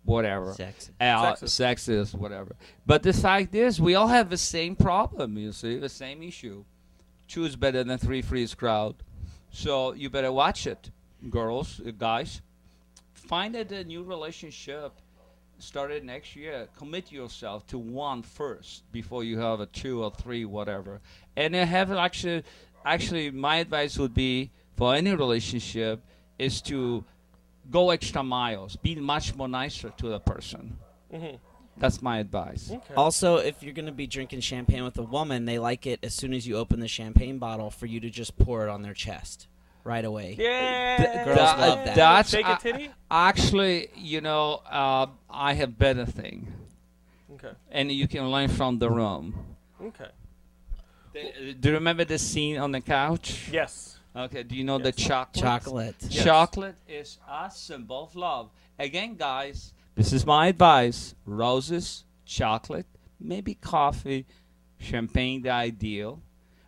[SPEAKER 3] whatever
[SPEAKER 2] Sexist.
[SPEAKER 3] Uh,
[SPEAKER 1] Sexist.
[SPEAKER 3] sexist whatever but the fact is we all have the same problem you see the same issue choose better than three freeze crowd so you better watch it girls uh, guys find that a new relationship started next year commit yourself to one first before you have a two or three whatever and then have actually actually my advice would be for any relationship is to go extra miles be much more nicer to the person that's my advice
[SPEAKER 2] Also, if you're going to be drinking champagne with a woman, they like it as soon as you open the champagne bottle for you to just pour it on their chest right away.
[SPEAKER 1] Yeah.
[SPEAKER 2] girls
[SPEAKER 3] That-
[SPEAKER 2] love that.
[SPEAKER 3] that's
[SPEAKER 1] Shake
[SPEAKER 3] uh,
[SPEAKER 1] a titty.
[SPEAKER 3] actually you know uh, i have better thing
[SPEAKER 1] Okay.
[SPEAKER 3] and you can learn from the room
[SPEAKER 1] Okay.
[SPEAKER 2] uh,
[SPEAKER 3] do you remember the scene on the couch?
[SPEAKER 1] Yes.
[SPEAKER 3] Okay. Do you know the
[SPEAKER 1] Yes.
[SPEAKER 3] chocolate?
[SPEAKER 2] Chocolate.
[SPEAKER 1] Yes.
[SPEAKER 3] Chocolate is a symbol of love. Again, guys, this is my advice: roses, chocolate, maybe coffee, champagne, the ideal.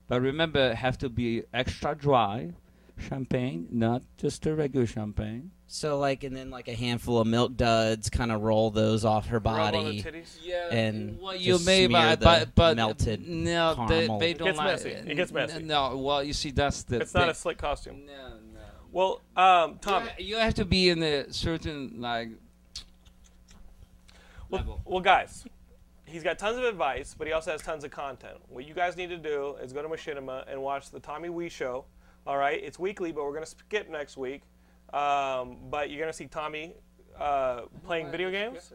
[SPEAKER 3] But remember, it have to be extra dry champagne, not just a regular champagne.
[SPEAKER 2] So like, and then like a handful of milk duds, kind of roll those off her
[SPEAKER 1] Rub
[SPEAKER 2] body.
[SPEAKER 1] on the titties.
[SPEAKER 3] Yeah,
[SPEAKER 2] and
[SPEAKER 3] well, you
[SPEAKER 2] just
[SPEAKER 3] may,
[SPEAKER 2] smear
[SPEAKER 3] but,
[SPEAKER 2] the
[SPEAKER 3] but but
[SPEAKER 2] melted
[SPEAKER 3] no, they,
[SPEAKER 2] caramel.
[SPEAKER 3] they
[SPEAKER 2] It
[SPEAKER 3] don't
[SPEAKER 1] gets
[SPEAKER 3] like
[SPEAKER 1] messy. It gets messy.
[SPEAKER 3] No, well, you see, that's the.
[SPEAKER 1] It's not
[SPEAKER 3] thing.
[SPEAKER 1] a slick costume.
[SPEAKER 3] No, no.
[SPEAKER 1] Well, um, Tommy.
[SPEAKER 3] You have to be in a certain like.
[SPEAKER 1] Well, well, guys, he's got tons of advice, but he also has tons of content. What you guys need to do is go to Machinima and watch the Tommy Wee Show. All right, it's weekly, but we're gonna skip next week. Um, but you're gonna see Tommy uh, playing video games.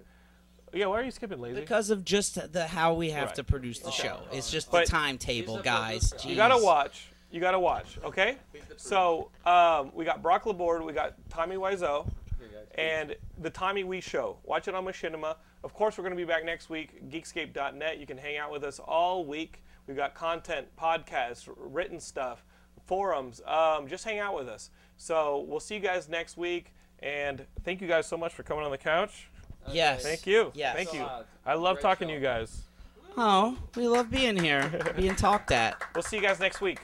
[SPEAKER 1] Yeah, why are you skipping, lazy?
[SPEAKER 2] because of just the how we have
[SPEAKER 1] Right.
[SPEAKER 2] to produce the show. It's just
[SPEAKER 1] But-
[SPEAKER 2] the timetable, guys.
[SPEAKER 1] You gotta
[SPEAKER 2] Jeez.
[SPEAKER 1] watch. You gotta watch. Okay. So um, we got Brock Laborde. We got Tommy Wiseau. and the Tommy Wee Show. Watch it on Machinima. Of course, we're going to be back next week, geekscape.net. You can hang out with us all week. We've got content, podcasts, r- written stuff, forums. Um, just hang out with us. So we'll see you guys next week. And thank you guys so much for coming on the couch.
[SPEAKER 2] Yes.
[SPEAKER 1] Thank you.
[SPEAKER 2] Yes.
[SPEAKER 1] Thank you.
[SPEAKER 3] loud.
[SPEAKER 1] I love
[SPEAKER 3] Great
[SPEAKER 1] talking
[SPEAKER 3] show.
[SPEAKER 1] to you guys.
[SPEAKER 2] Oh, we love being here, being talked at.
[SPEAKER 1] We'll see you guys next week.